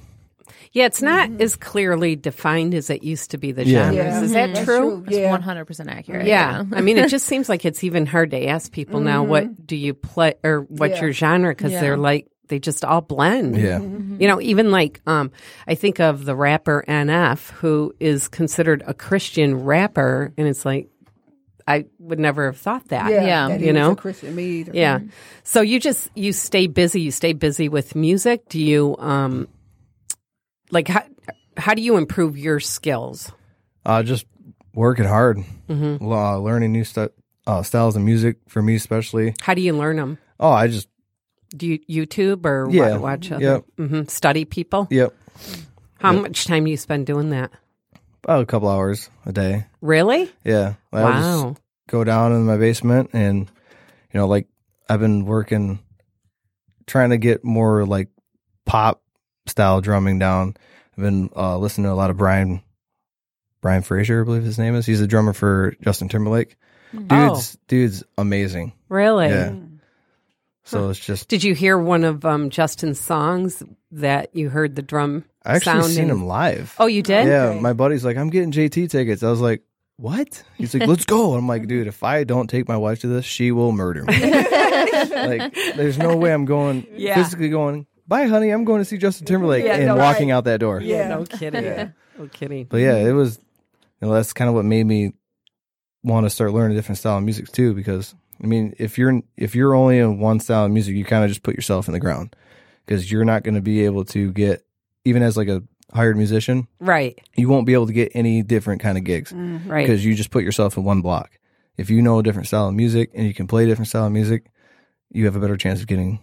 F: Yeah, it's not as clearly defined as it used to be. The
H: Yeah.
F: genres
E: Yeah.
F: is that
E: That's
F: true?
E: Yeah.
G: 100% accurate.
F: Yeah. I mean, it just seems like it's even hard to ask people now what do you play or what's
E: Yeah.
F: your genre because
G: Yeah.
F: they're like, they just all blend.
H: yeah,
F: You know, even like um, I think of the rapper NF, who is considered a Christian rapper, and it's like, I would never have thought that.
E: Yeah,
G: Yeah.
E: that
F: You
E: he was a
F: know?
E: Christian, me either.
F: Yeah. So you just you stay busy. You stay busy with music. Do you um, like how how do you improve your skills?
H: uh, just working hard,
F: Mm-hmm.
H: uh, learning new stu- uh, styles of music for me especially.
F: How do you learn them?
H: Oh, I just
F: Do you YouTube or wa-
H: Yeah.
F: watch? Other,
H: Yep.
F: Mhm. Study people.
H: yep,
F: How much time do you spend doing that?
H: about a couple hours a day.
F: Really?
H: Yeah, I'll just
F: Wow.
H: go down in my basement and you know like i've been working trying to get more like pop style drumming down i've been uh listening to a lot of brian brian frazier i believe his name is he's a drummer for justin timberlake
F: Mm. Oh.
H: dude's dude's amazing
F: Really?
H: yeah so it's just
F: Did you hear one of um, Justin's songs that you heard the drum
H: i actually
F: sound?
H: seen
F: in-
H: him live
F: Oh, you did?
H: yeah my buddy's like i'm getting jt tickets i was like what he's like let's go i'm like dude if i don't take my wife to this she will murder me like there's no way I'm going
F: Yeah.
H: physically going. Bye, honey. I'm going to see Justin Timberlake
E: Yeah,
H: and
E: no,
H: walking
E: right.
H: out that door.
E: Yeah.
F: No kidding. No kidding.
H: But yeah, it was. You know, that's kind of what made me want to start learning different style of music too. Because I mean, if you're if you're only in one style of music, you kind of just put yourself in the ground because you're not going to be able to get even as like a hired musician,
F: Right.
H: you won't be able to get any different kind of gigs
F: Right.
H: because you just put yourself in one block. if you know a different style of music and you can play different style of music, you have a better chance of getting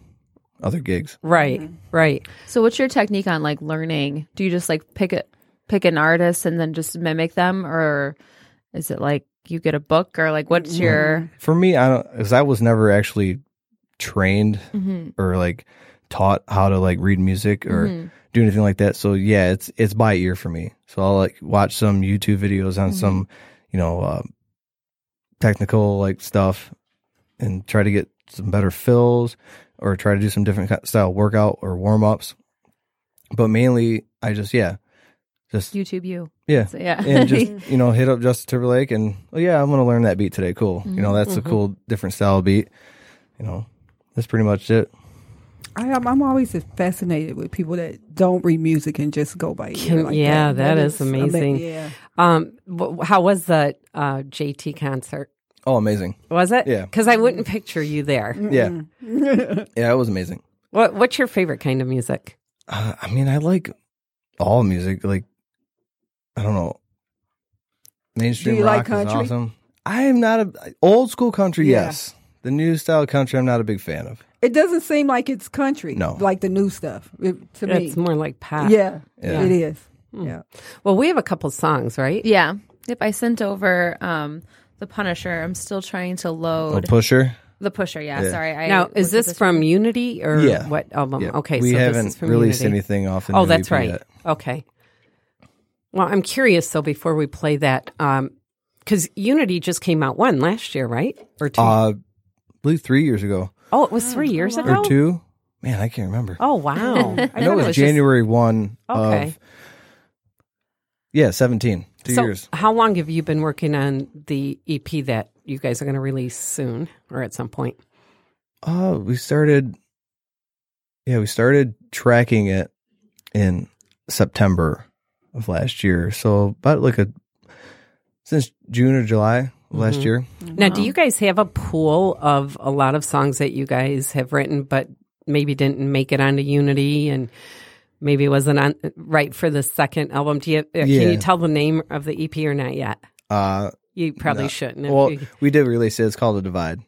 H: other gigs.
F: Right, right.
G: So what's your technique on like learning? Do you just like pick a pick an artist and then just mimic them or is it like you get a book or like what's your
H: For me, I don't because I was never actually trained or like taught how to like read music or do anything like that. So yeah, it's it's by ear for me. So I'll like watch some YouTube videos on some, you know, uh, technical like stuff, and try to get some better fills or try to do some different ki- style workout or warm ups. But mainly, I just yeah, just
G: YouTube you?
H: yeah,
G: So, yeah.
H: and just you know hit up Justin Timberlake and oh yeah, I'm gonna learn that beat today. Cool, you
F: Mm-hmm.
H: know that's a cool different style beat. You know, that's pretty much it.
E: I, am I'm always fascinated with people that don't read music and just go by ear. Like
F: yeah,
E: that,
F: that is
E: ama-
F: amazing.
E: yeah,
F: Um, wh- how was the uh, JT concert?
H: Oh, amazing!
F: Was it?
H: Yeah.
F: Because I wouldn't picture you there.
H: Yeah, yeah, it was amazing.
F: What What's your favorite kind of music?
H: Uh, I mean, I like all music. Like, I don't know, mainstream
E: you like
H: rock is
E: country?
H: awesome. I am not a old school country.
E: Yeah.
H: Yes, the new style country, I'm not a big fan of.
E: it doesn't seem like it's country.
H: No.
E: like the new stuff it- to me.
F: It's more Hmm. like pop.
E: yeah,
H: Yeah.
E: it is. Yeah,
F: Well, we have a couple songs, right?
G: Yeah. Yep, I sent over um the Punisher. I'm still trying to
H: Oh,
G: load
H: Pusher.
G: the Pusher. Yeah,
H: Yeah.
G: sorry. I
F: Now, is
G: looked at
F: this from Unity or
H: Yeah.
F: what album?
H: Yeah.
F: Okay,
H: we
F: so
H: haven't
F: this is from
H: released
F: Unity.
H: anything off. The
F: Oh,
H: new
F: that's
H: EP
F: right.
H: yet.
F: Okay. Well, I'm curious though. Before we play that, because Unity just came out one last year, right? Or two?
H: Uh, I believe three years ago.
F: oh, it was three years ago.
H: or two. Man, I can't remember.
F: Oh wow! I
H: I know it was,
F: just-
H: January one.
F: Okay.
H: Of, yeah, seventeen. Two
F: so,
H: years.
F: how long have you been working on the EP that you guys are going to release soon or at some point?
H: Uh, we started. Yeah, we started tracking it in September of last year. So about like a since June or July of last year.
F: Now, do you guys have a pool of a lot of songs that you guys have written, but maybe didn't make it onto Unity and maybe wasn't on right for the second album? Do you uh, can
H: Yeah.
F: you tell the name of the EP or not yet?
H: Uh,
F: You probably
H: no.
F: shouldn't. if
H: Well,
F: you-
H: we did release it. It's called a divide.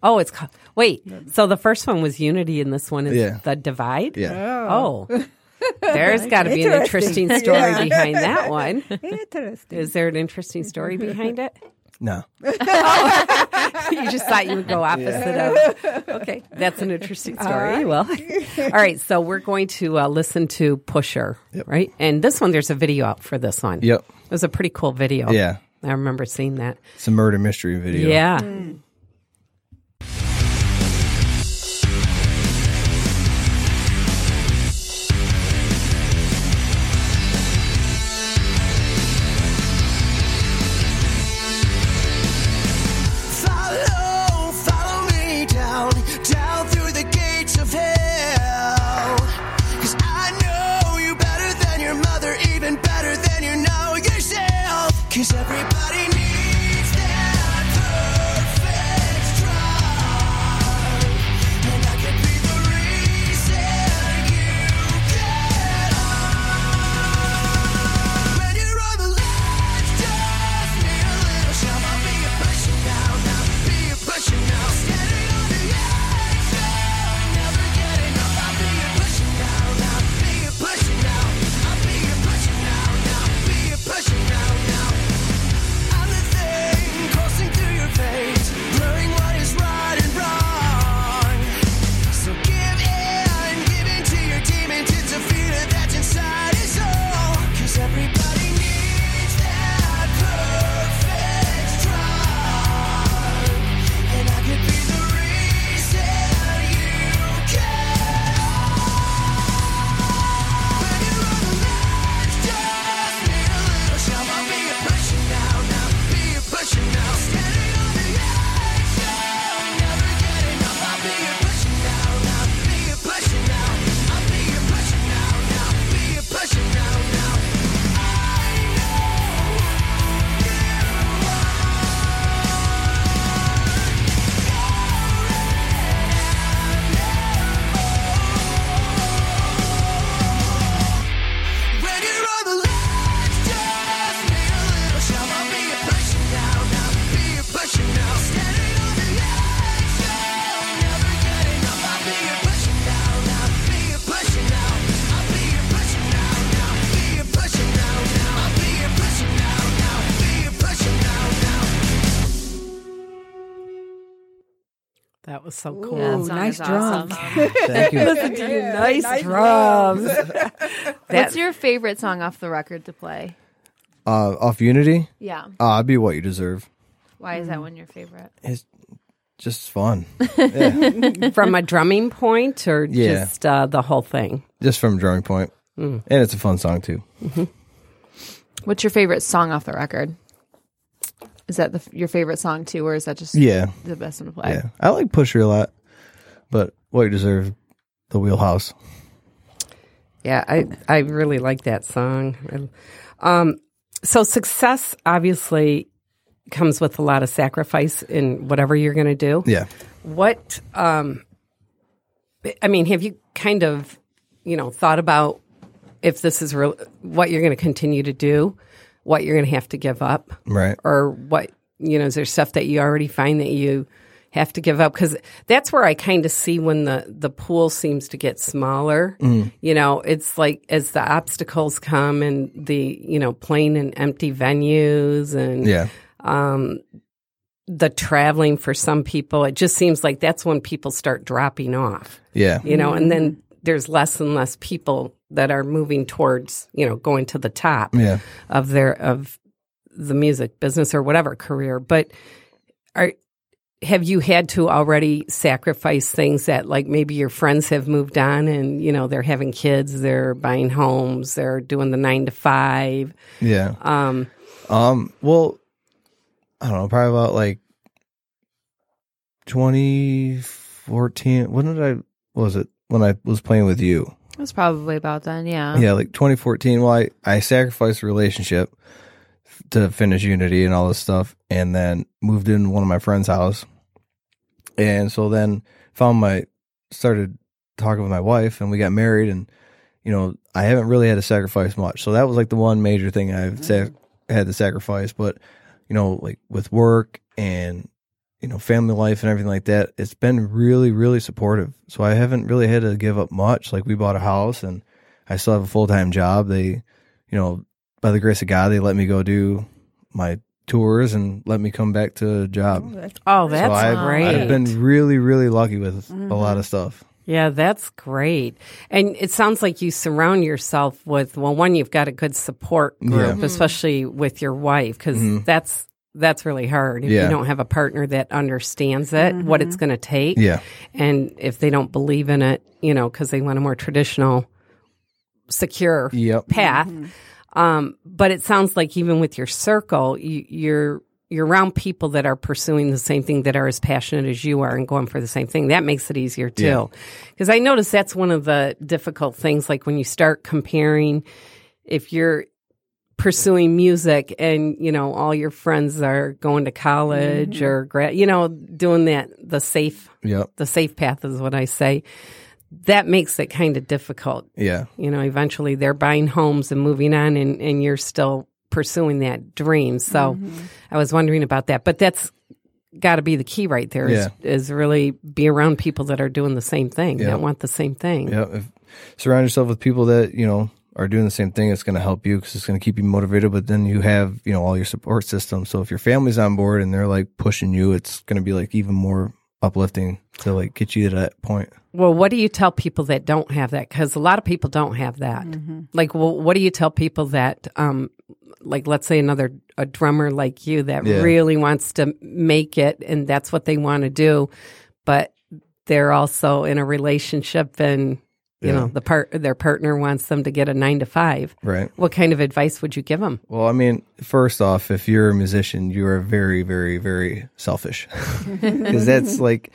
F: oh, it's called, wait. So the first one was Unity, and this one is
H: Yeah.
F: the Divide.
H: Yeah,
F: Oh, there's got to be an
E: Interesting.
F: interesting story
E: Yeah.
F: behind that one.
E: interesting.
F: Is there an interesting story behind it?
H: no.
F: you just thought you would go opposite of. Okay, that's an interesting story. Well, all right. So we're going to uh, listen to Pusher, right? And this one, there's a video out for this one.
H: Yep.
F: it was a pretty cool video.
H: Yeah,
F: I remember seeing that.
H: it's a murder mystery video.
F: Yeah.
G: Mm.
D: Follow, follow me down, down through the gates of hell. Cause I know Oh, you better than your mother, even better than you know yourself. Cause everybody needs that perfect drive. And I could be the reason you get on. When you're on the ledge, just need a little shout. I'll be a pusher now, now, be a pusher now. Standing on the edge, girl, never getting up. I'll be a pusher now, now, be a pusher now. I'll be a pusher now, now, be a pusher now, now. I'm
F: That was so
E: Ooh,
F: cool.
G: that song
E: nice
G: is awesome.
E: drums.
H: Thank you.
F: Listen to you,
E: Yeah,
F: nice,
E: nice
F: drums.
G: What's your favorite song off the record to play?
H: Uh, off Unity,
G: Yeah.
H: uh, I'd be what you deserve.
G: Why is that one your favorite?
H: It's just fun,
F: From a drumming point or
H: Yeah.
F: just uh, the whole thing?
H: just from drawing point, and it's a fun song too.
G: What's your favorite song off the record? Is that the, your favorite song too, or is that just
H: Yeah,
G: the best one to play?
H: yeah. I like Pusher a lot, but what you deserve, the wheelhouse.
F: Yeah, I, I really like that song. I- Um, so success obviously comes with a lot of sacrifice in whatever you're going to do.
H: Yeah,
F: What, um, I mean, have you kind of, you know, thought about if this is real, what you're going to continue to do, what you're going to have to give up?
H: right.
F: or what you know is there stuff that you already find that you have to give up because that's where i kind of see when the the pool seems to get smaller you know it's like as the obstacles come and the you know plain and empty venues and
H: Yeah,
F: um the traveling for some people it just seems like that's when people start dropping off
H: yeah,
F: you know and then there's less and less people that are moving towards you know going to the top
H: yeah.
F: of their of the music business or whatever career but are have you had to already sacrifice things that like maybe your friends have moved on and you know they're having kids they're buying homes they're doing the 9 to 5
H: Yeah.
F: um
H: Um. Well, I don't know. Probably about like 2014. When did I? What was it when I was playing with you?
G: That's probably about then. Yeah.
H: Yeah, like 2014. Well, I I sacrificed relationship f- to finish Unity and all this stuff, and then moved in one of my friend's house, and so then found my started talking with my wife, and we got married, and you know I haven't really had to sacrifice much, so that was like the one major thing I've sac- had to sacrifice, but you know like with work and you know family life and everything like that it's been really really supportive so i haven't really had to give up much like we bought a house and I still have a full time job. They, you know, by the grace of God, they let me go do my tours and let me come back to a job.
F: oh
H: so
F: that's
H: I've,
F: great
H: I've been really, really lucky with a lot of stuff.
F: Yeah, that's great. And it sounds like you surround yourself with well, one, you've got a good support group,
H: Yeah. Mm-hmm.
F: especially with your wife, because that's that's really hard if
H: Yeah.
F: you don't have a partner that understands it, what it's going to take,
H: Yeah.
F: and if they don't believe in it, you know, because they want a more traditional, secure
H: Yep.
F: path. Um, but it sounds like even with your circle, you, you're you're around people that are pursuing the same thing that are as passionate as you are and going for the same thing. That makes it easier too, because I notice that's one of the difficult things. Like when you start comparing, if you're pursuing music and you know all your friends are going to college or grad, you know, doing that the safe
H: Yep.
F: the safe path is what I say. That makes it kind of difficult
H: Yeah.
F: you know eventually they're buying homes and moving on and, and you're still pursuing that dream so i was wondering about that but that's got to be the key right there is is really be around people that are doing the same thing
H: Yeah.
F: that want the same thing
H: Yep. If, surround yourself with people that, you know, are doing the same thing. It's going to help you because it's going to keep you motivated. But then you have, you know, all your support system. So if your family's on board and they're like pushing you, it's going to be like even more uplifting to like get you to that point.
F: well what do you tell people that don't have that because a lot of people don't have that like well, what do you tell people that um like let's say another a drummer like you that
H: Yeah.
F: really wants to make it and that's what they want to do but they're also in a relationship and you
H: Yeah.
F: know the part their partner wants them to get a 9 to 5
H: Right.
F: what kind of advice would you give them
H: Well, I mean, first off, if you're a musician, you are very, very, very selfish. Because that's like,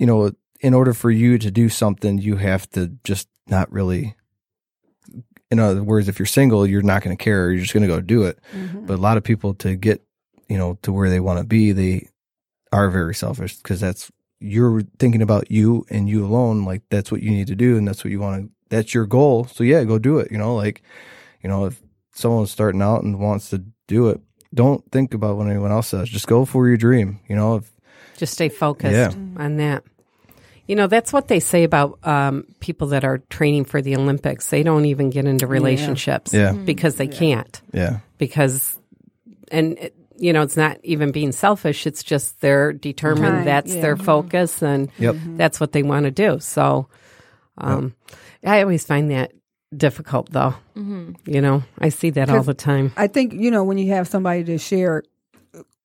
H: you know, in order for you to do something, you have to just not really. In other words, if you're single, you're not going to care. You're just going to go do it. But a lot of people to get, you know, to where they want to be, they are very selfish because that's you're thinking about you and you alone. Like that's what you need to do, and that's what you want to. That's your goal. So yeah, go do it. You know, like, you know, if someone's starting out and wants to do it, don't think about what anyone else says. Just go for your dream. You know, if,
F: just stay focused
H: Yeah.
F: on that. You know, that's what they say about um, people that are training for the Olympics. They don't even get into relationships
H: Yeah.
F: because they can't
H: yeah,
F: because and it, you know, it's not even being selfish. It's just they're determined.
E: Right,
F: that's
E: yeah.
F: their focus, and
H: Mm-hmm. Yep.
F: that's what they want to do. So, um, I always find that difficult, though. You know, I see that all
E: 'Cause-
F: the time.
E: I think you know when you have somebody to share,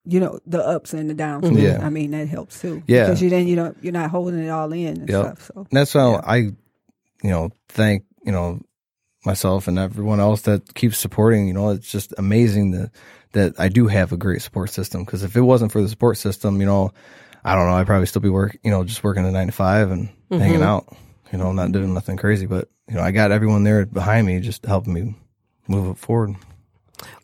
E: you know the ups and the downs. with,
H: Yeah.
E: I mean that helps too.
H: Yeah.
E: because you then you know you're not holding it all in and
H: Yep.
E: stuff. So
H: And that's how I, you know, thank you know myself and everyone else that keeps supporting. You know, it's just amazing that that I do have a great support system. Because if it wasn't for the support system, you know, I don't know, I'd probably still be work, you know, just working a nine to five and hanging out. You know, not doing nothing crazy, but you know, I got everyone there behind me, just helping me move it forward.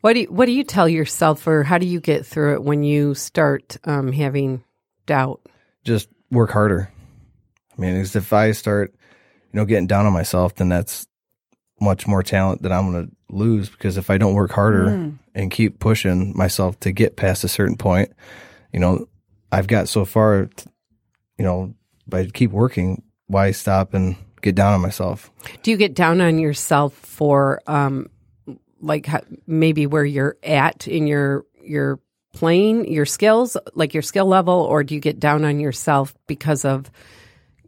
F: What do you, What do you tell yourself, or how do you get through it when you start um, having doubt?
H: just work harder. I mean, 'cause if I start, you know, getting down on myself, then that's much more talent that I'm going to lose because if I don't work harder and keep pushing myself to get past a certain point, you know, I've got so far, t- you know, by keep working, why stop and get down on myself?
F: Do you get down on yourself for um, like how, maybe where you're at in your your playing, your skills, like your skill level, or do you get down on yourself because of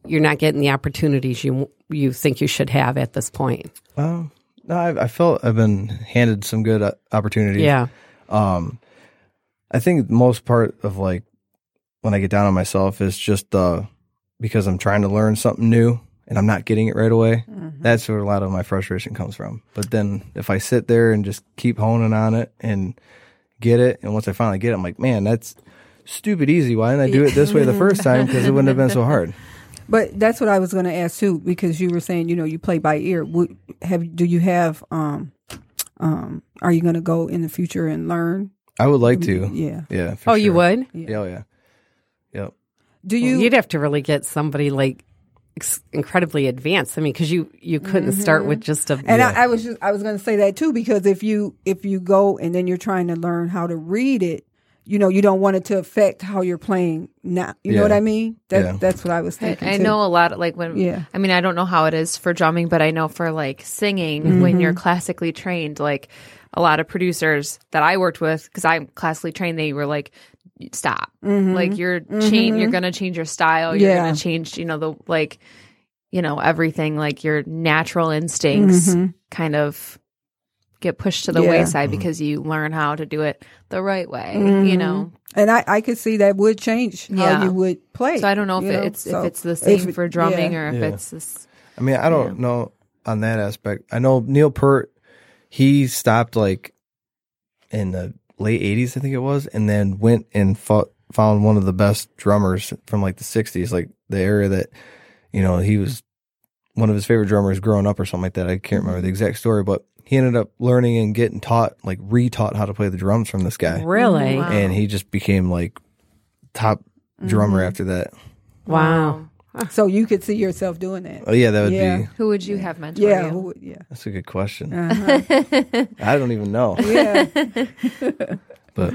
F: you're not getting the opportunities you you think you should have at this point?
H: Um, no, I, I felt I've been handed some good uh, opportunities.
F: Yeah.
H: um i think most part of like when i get down on myself is just uh because i'm trying to learn something new and i'm not getting it right away
F: Mm-hmm.
H: that's where a lot of my frustration comes from but then if i sit there and just keep honing on it and get it and once i finally get it i'm like man that's stupid easy why didn't i do it this way the first time because it wouldn't have been so hard
E: But that's what I was going to ask too, because you were saying, you know, you play by ear. Would have do you have um um are you going to go in the future and learn?
H: i would like to
E: Yeah.
H: yeah for
F: Mm, Oh, you
H: sure.
F: would.
H: yeah oh, yeah yep
E: Do you?
F: You'd have to really get somebody like ex- incredibly advanced. I mean, because you you couldn't start with just a
E: Mm-hmm. and I, I was just I was going to say that too because if you if you go and then you're trying to learn how to read it, you know, you don't want it to affect how you're playing now. You know
H: Yeah.
E: what I mean? That,
H: Yeah.
E: That's what I was
G: I,
E: thinking.
G: I
E: too.
G: know a lot. Like when,
E: Yeah.
G: I mean, I don't know how it is for drumming, but I know for like singing, when
E: Mm-hmm.
G: you're classically trained, like a lot of producers that I worked with, because I'm classically trained, they were like, "Stop! Like you're change. You're gonna change your style. You're
E: Mm-hmm. Yeah.
G: gonna change. You know the like, you know everything. Like your natural instincts kind of." Get pushed to the
E: Mm-hmm. Yeah.
G: wayside because you learn how to do it the right way, you know.
E: and I, I could see that would change how
G: Yeah.
E: you would play.
G: So I don't know if
E: you
G: it's
E: so
G: if it's the same
E: if-
G: for drumming
E: yeah.
G: or if
H: Yeah.
G: it's this.
H: I mean, I don't know on that aspect. I know Neil Peart, he stopped like in the late 80s, I think it was, and then went and fought, found one of the best drummers from like the 60s, like the area that, you know, he was one of his favorite drummers growing up or something like that. I can't remember the exact story, but he ended up learning and getting taught, like re-taught how to play the drums from this guy.
F: really
G: Wow.
H: And he just became like top drummer after that.
F: wow.
E: So you could see yourself doing that.
H: Oh, yeah, that would
E: Yeah.
H: be.
G: Who would you have mentored?
E: Yeah,
G: you?
E: who would- yeah,
H: That's a good question. I don't even know.
E: yeah.
H: but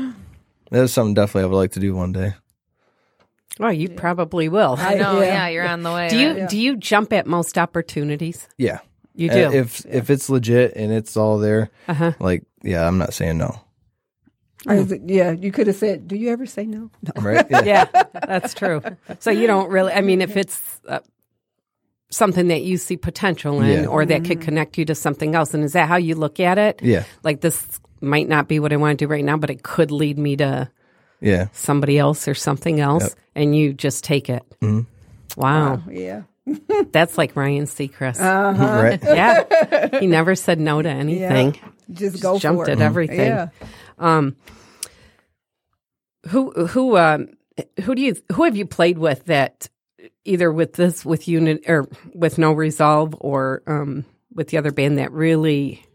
H: that's something definitely I would like to do one day.
F: Well, Oh, you probably will.
G: I know.
E: Yeah.
G: Yeah, you're on the way.
F: Do you
G: right?
F: do you jump at most opportunities?
H: Yeah,
F: You do.
H: Uh, If if it's legit and it's all there,
F: Uh-huh.
H: like yeah, I'm not saying no.
E: I was- yeah, you could have said, "Do you ever say no?" No.
H: Right? Yeah.
F: yeah, that's true. So you don't really. I mean, if it's uh, something that you see potential in,
H: Yeah.
F: or that could connect you to something else, and is that how you look at it?
H: Yeah.
F: Like this might not be what I want to do right now, but it could lead me to
H: yeah.
F: somebody else or something else,
H: Yep. Mm-hmm.
F: and you just take it. Wow.
E: Yeah,
F: that's like Ryan Seacrest.
H: Uh.
F: Uh-huh.
H: Right.
F: yeah, he never said no to anything.
E: just, go for
F: jumped at
H: Mm-hmm.
E: it.
F: everything.
E: Yeah,
F: Um, who who um who do you who have you played with that either with this with unit or with no resolve or um with the other band that really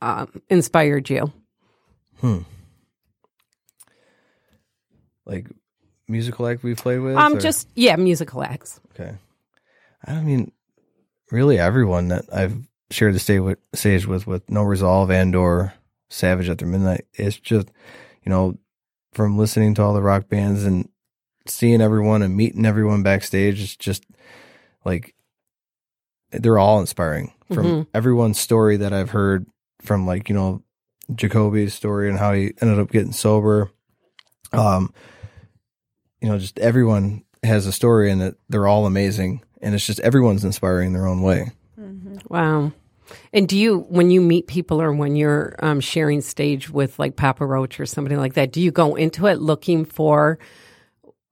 F: um inspired you
H: Like musical act we played with.
F: um
H: or-
F: just yeah musical acts
H: okay. I mean, really, everyone that I've shared the stage with, stage with, with No Resolve and or Savage After Midnight, it's just you know from listening to all the rock bands and seeing everyone and meeting everyone backstage, it's just like they're all inspiring from everyone's story that I've heard from like you know Jacoby's story and how he ended up getting sober um, you know, just everyone has a story and that they're all amazing, and it's just everyone's inspiring in their own way.
F: Wow. Um, And do you, when you meet people or when you're um, sharing stage with like Papa Roach or somebody like that, do you go into it looking for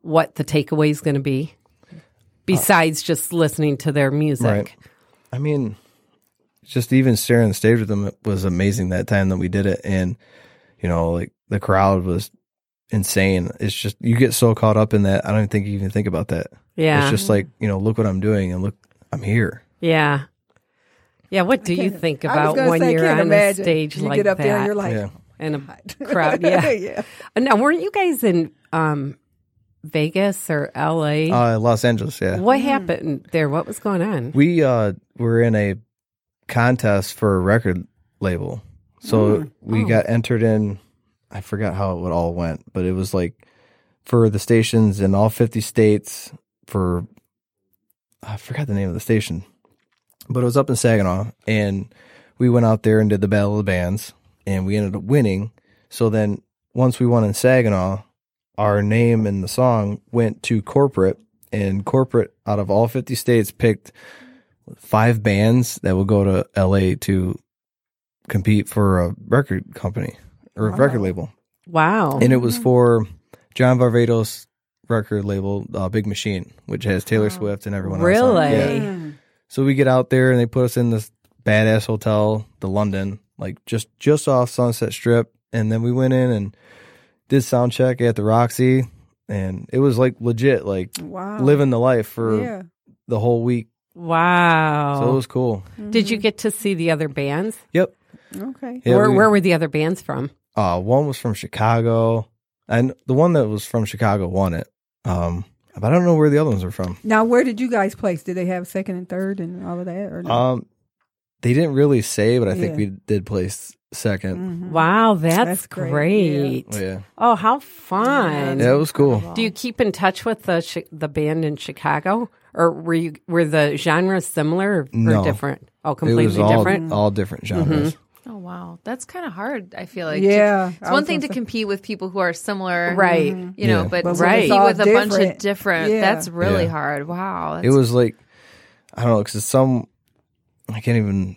F: what the takeaway is going to be besides just listening to their music?
H: Right. I mean, just even staring the stage with them was amazing that time that we did it. And, you know, like the crowd was insane. It's just, you get so caught up in that. I don't think you even think about that.
F: Yeah.
H: It's just like, you know, look what I'm doing and look, I'm here.
F: Yeah. Yeah. What do you
E: can't-
F: think
E: I was
F: about
E: gonna
F: when
E: say, I
F: you're
E: can't
F: on a
E: imagine.
F: stage
E: you
F: like
E: get up
F: that?
E: there and you're like, "Oh
H: Yeah.
F: in a crowd. Yeah.
E: Yeah.
F: Now, weren't you guys in um, Vegas or LA?
H: Uh, Los Angeles. Yeah.
E: Mm.
F: what happened there? What was going on?
H: We, uh, were in a contest for a record label. So we got entered in, I forgot how it all went, but it was like for the stations in all 50 states for I forgot the name of the station, but it was up in Saginaw, and we went out there and did the Battle of the Bands, and we ended up winning. So then, once we won in Saginaw, our name and the song went to corporate, and corporate out of all fifty states picked five bands that would go to L.A. to compete for a record company or a record label,
F: Wow.
H: and it was for John Varvatos' record label, uh, Big Machine, which has Taylor Swift and everyone else. on it.
F: Really?
H: Yeah. So we get out there and they put us in this badass hotel, the London, like just just off Sunset Strip, and then we went in and did sound check at the Roxy, and it was like legit, like
E: Wow.
H: living the life for
E: Yeah.
H: the whole week.
F: Wow.
H: So it was cool.
F: Did you get to see the other bands?
H: Yep.
E: Okay.
H: Yeah,
F: where,
H: we-
F: where were the other bands from?
H: Uh, one was from Chicago, and the one that was from Chicago won it. Um, but I don't know where the other ones are from.
E: Now, where did you guys place? Did they have second and third and all of that? Or no?
H: Um, they didn't really say, but I think
E: Yeah.
H: we did place 2nd
F: Wow, that's,
E: Mm-hmm. That's
F: great.
E: great, Mm-hmm.
H: Yeah,
F: Oh, how fun.
H: yeah, it was cool.
F: Do you keep in touch with the chi- the band in Chicago? Or were you were the genres similar or
H: No.
F: different? Oh,
H: it
F: completely
H: was all,
F: different.
H: all different
E: Mm-hmm.
H: genres.
G: Oh wow, that's kind of hard. I feel like
E: Yeah,
G: to- it's
E: I
G: one
E: was
G: thing to
E: gonna say-
G: compete with people who are similar,
F: Right.
G: You
H: Yeah.
G: know, but,
E: But
G: to
E: when
F: it's
G: compete
E: all
G: with a bunch of
E: different,
G: different.
E: yeah.
G: That's really
H: Yeah.
G: hard. Wow, that's,
H: It was like I don't know because some I can't even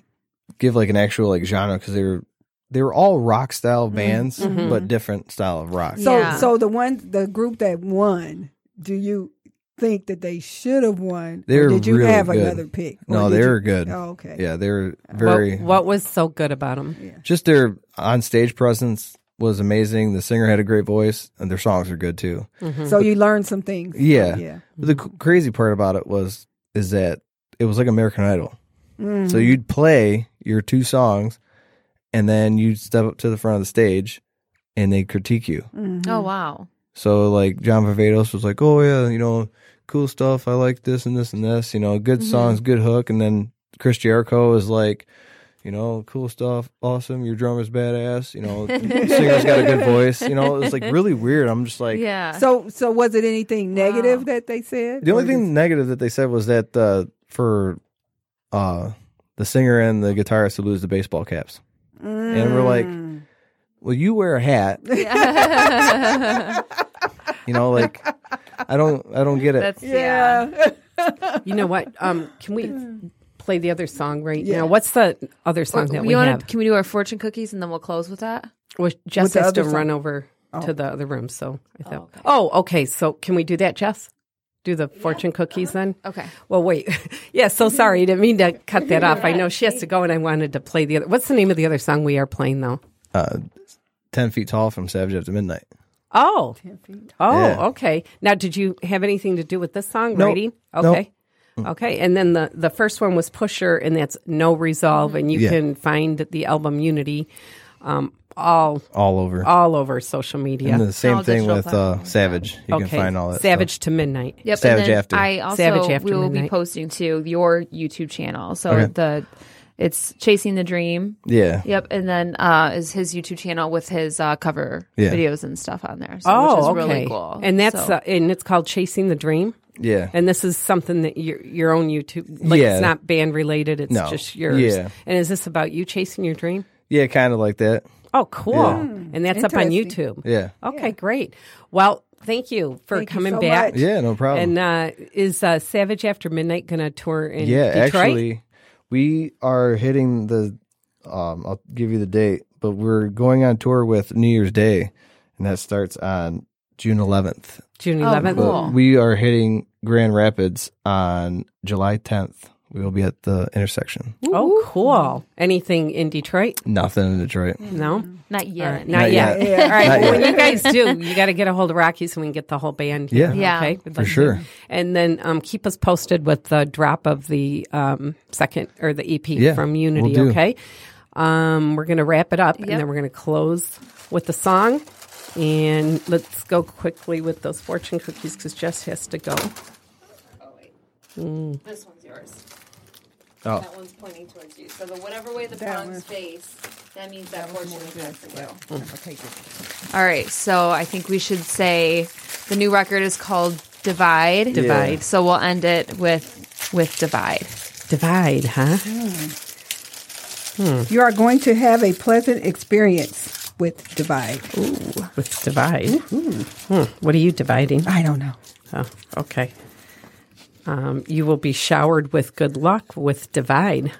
H: give like an actual like genre because they were they were all rock style bands but different style of rock.
E: Mm-hmm. So,
G: Yeah.
E: so the one, the group that won, do you think that they should have won?
H: They
E: or
H: were
E: did you
H: really
E: have
H: good.
E: another pick? Or
H: no,
E: did
H: they
E: you-
H: were good.
E: Oh, okay.
H: Yeah, they were
F: What-
H: very
F: What, was so good about them?
H: just their on stage presence was amazing. The singer had a great voice and their songs were good too.
E: So you learnd some things.
H: Yeah.
E: Yeah.
H: But the c- crazy part about it was is that it was like American Idol.
E: Mm-hmm.
H: So you'd play your two songs, and then you'd step up to the front of the stage, and they'd critique you.
G: oh wow.
H: So like John Varvatos was like, "Oh yeah, you know, cool stuff. I like this and this and this. You know, good songs, good hook." And then Chris Jericho was like. You know, cool stuff, awesome. Your drummer's badass. You know, singer's got a good voice. You know, it was like really weird. I'm just like,
G: Yeah.
E: So, so was it anything negative that they said?
H: the only
E: Or
H: thing negative that they said was that uh, for uh, the singer and the guitarist to lose the baseball caps, and we're like,
G: Mm.
H: "Well, you wear a hat, you know." Like, I don't, I don't get it.
G: that's yeah.
F: You know what? Um, can we play the other song right now? What's the other song that we
G: you wanna-
F: have?
G: Can we do our fortune cookies and then we'll close with that?
F: Well, Jess
E: the
F: has to
E: other song?
F: run over to the other room. So I thought, oh okay. So can we do that, Jess? Do the fortune cookies then?
G: Okay.
F: Well, wait. yeah. So sorry. I didn't mean to cut that off. I know she has to go and I wanted to play the other. What's the name of the other song we are playing though?
H: Uh, Ten feet tall from Savage Up to Midnight.
F: Oh. Oh,
H: Yeah.
F: okay. Now, did you have anything to do with this song
H: Nope.
F: writing?
H: Nope.
F: Okay. Okay. And then the, the first one was Pusher, and that's No Resolve. And you
H: Yeah.
F: can find the album Unity um, all
H: All
G: Oh,
H: over.
F: all over social media.
H: and the same
G: All
H: thing
G: digital
H: with uh,
G: platforms,
H: Savage. You
F: okay.
H: can find all that.
F: Savage
H: stuff.
F: to Midnight.
G: Yep.
H: Savage
G: and then
H: After.
G: I also
F: Savage After
G: we will be
F: Midnight.
G: posting to your YouTube channel. So
H: Okay.
G: the it's chasing the dream.
H: Yeah.
G: Yep, and then uh, is his YouTube channel with his uh, cover
H: Yeah.
G: videos and stuff on there. So,
F: Oh,
G: which is
F: okay.
G: really cool.
F: And that's
G: So-
F: uh, and it's called Chasing the Dream.
H: Yeah.
F: And this is something that your your own YouTube, like
H: Yeah.
F: it's not band related. It's
H: No.
F: just yours.
H: Yeah.
F: And is this about you chasing your dream?
H: yeah, kind of like that.
F: Oh, cool. And that's up on
E: Interesting.
F: YouTube.
H: Yeah.
F: Okay, great. Well, thank you for
E: Thank you
F: coming
E: so
F: back.
E: much.
H: Yeah, no problem.
F: And uh, is uh, Savage After Midnight going to tour in
H: yeah,
F: Detroit?
H: actually, we are hitting the. Um, I'll give you the date, but we're going on tour with New Year's Day, and that starts on June 11th.
F: June
G: Oh,
F: 11th.
H: But
G: Cool.
H: we are hitting Grand Rapids on July 10th. We will be at the intersection.
F: Oh, cool. Anything in Detroit?
H: Nothing in Detroit.
F: No?
G: Not yet.
F: All right,
H: Not
F: Not yet.
H: yet.
F: All right.
H: Not
F: well,
H: yet.
F: When you guys do, you got to get a hold of Rocky so we can get the whole band. here,
H: Yeah.
G: Yeah.
F: Okay. We'd
H: For
F: like to-
H: sure.
F: And then um, keep us posted with the drop of the um, second or the EP
H: Yeah,
F: from Unity.
H: will do.
F: okay. Um, we're going to wrap it up and then we're going to close with the song. And let's go quickly with those fortune cookies because Jess has to go.
I: This one's yours.
H: Oh,
I: That one's pointing towards you. So the whatever way the prong's face, that means that fortune is meant for you.
G: All right, so I think we should say the new record is called Divide.
F: Divide.
G: So we'll end it with with Divide.
F: Divide, huh?
E: You are going to have a pleasant experience with Divide.
F: With divide. Hmm, What are you dividing?
E: I don't know.
F: Oh, okay. Um, you will be showered with good luck with divide.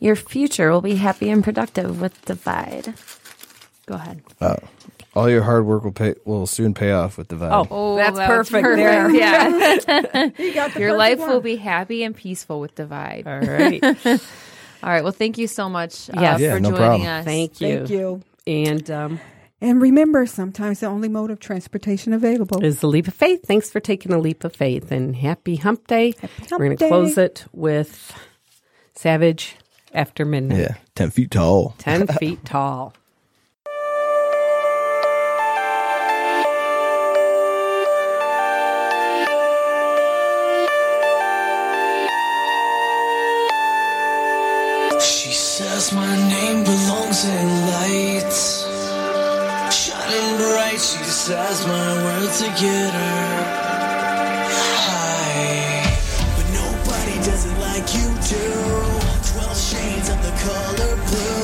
I: Your future will be happy and productive with Divide.
G: Go ahead.
H: all your hard work will pay will soon pay off with the vibe.
G: Oh,
F: That's
G: that was
F: perfect there.
G: Yeah.
E: You got the
G: Your
E: perfect
G: life
E: one.
G: will be happy and peaceful with Divide.
F: All right.
G: All right, well, thank you so much uh,
F: Yes. Yeah,
G: for
H: no
G: joining
H: problem.
G: us.
F: Thank you.
E: Thank you.
F: And um,
E: And remember, sometimes the only mode of transportation available.
F: is the leap of faith. Thanks for taking a leap of faith and happy hump day.
E: hump
F: We're going to
E: day.
F: close it with Savage After Midnight.
H: Yeah, ten feet tall.
F: 10 feet tall.
D: She says my name belongs in lights. Shining bright, she says my words to get her high. But nobody does it like you do. Twelve shades of the color blue.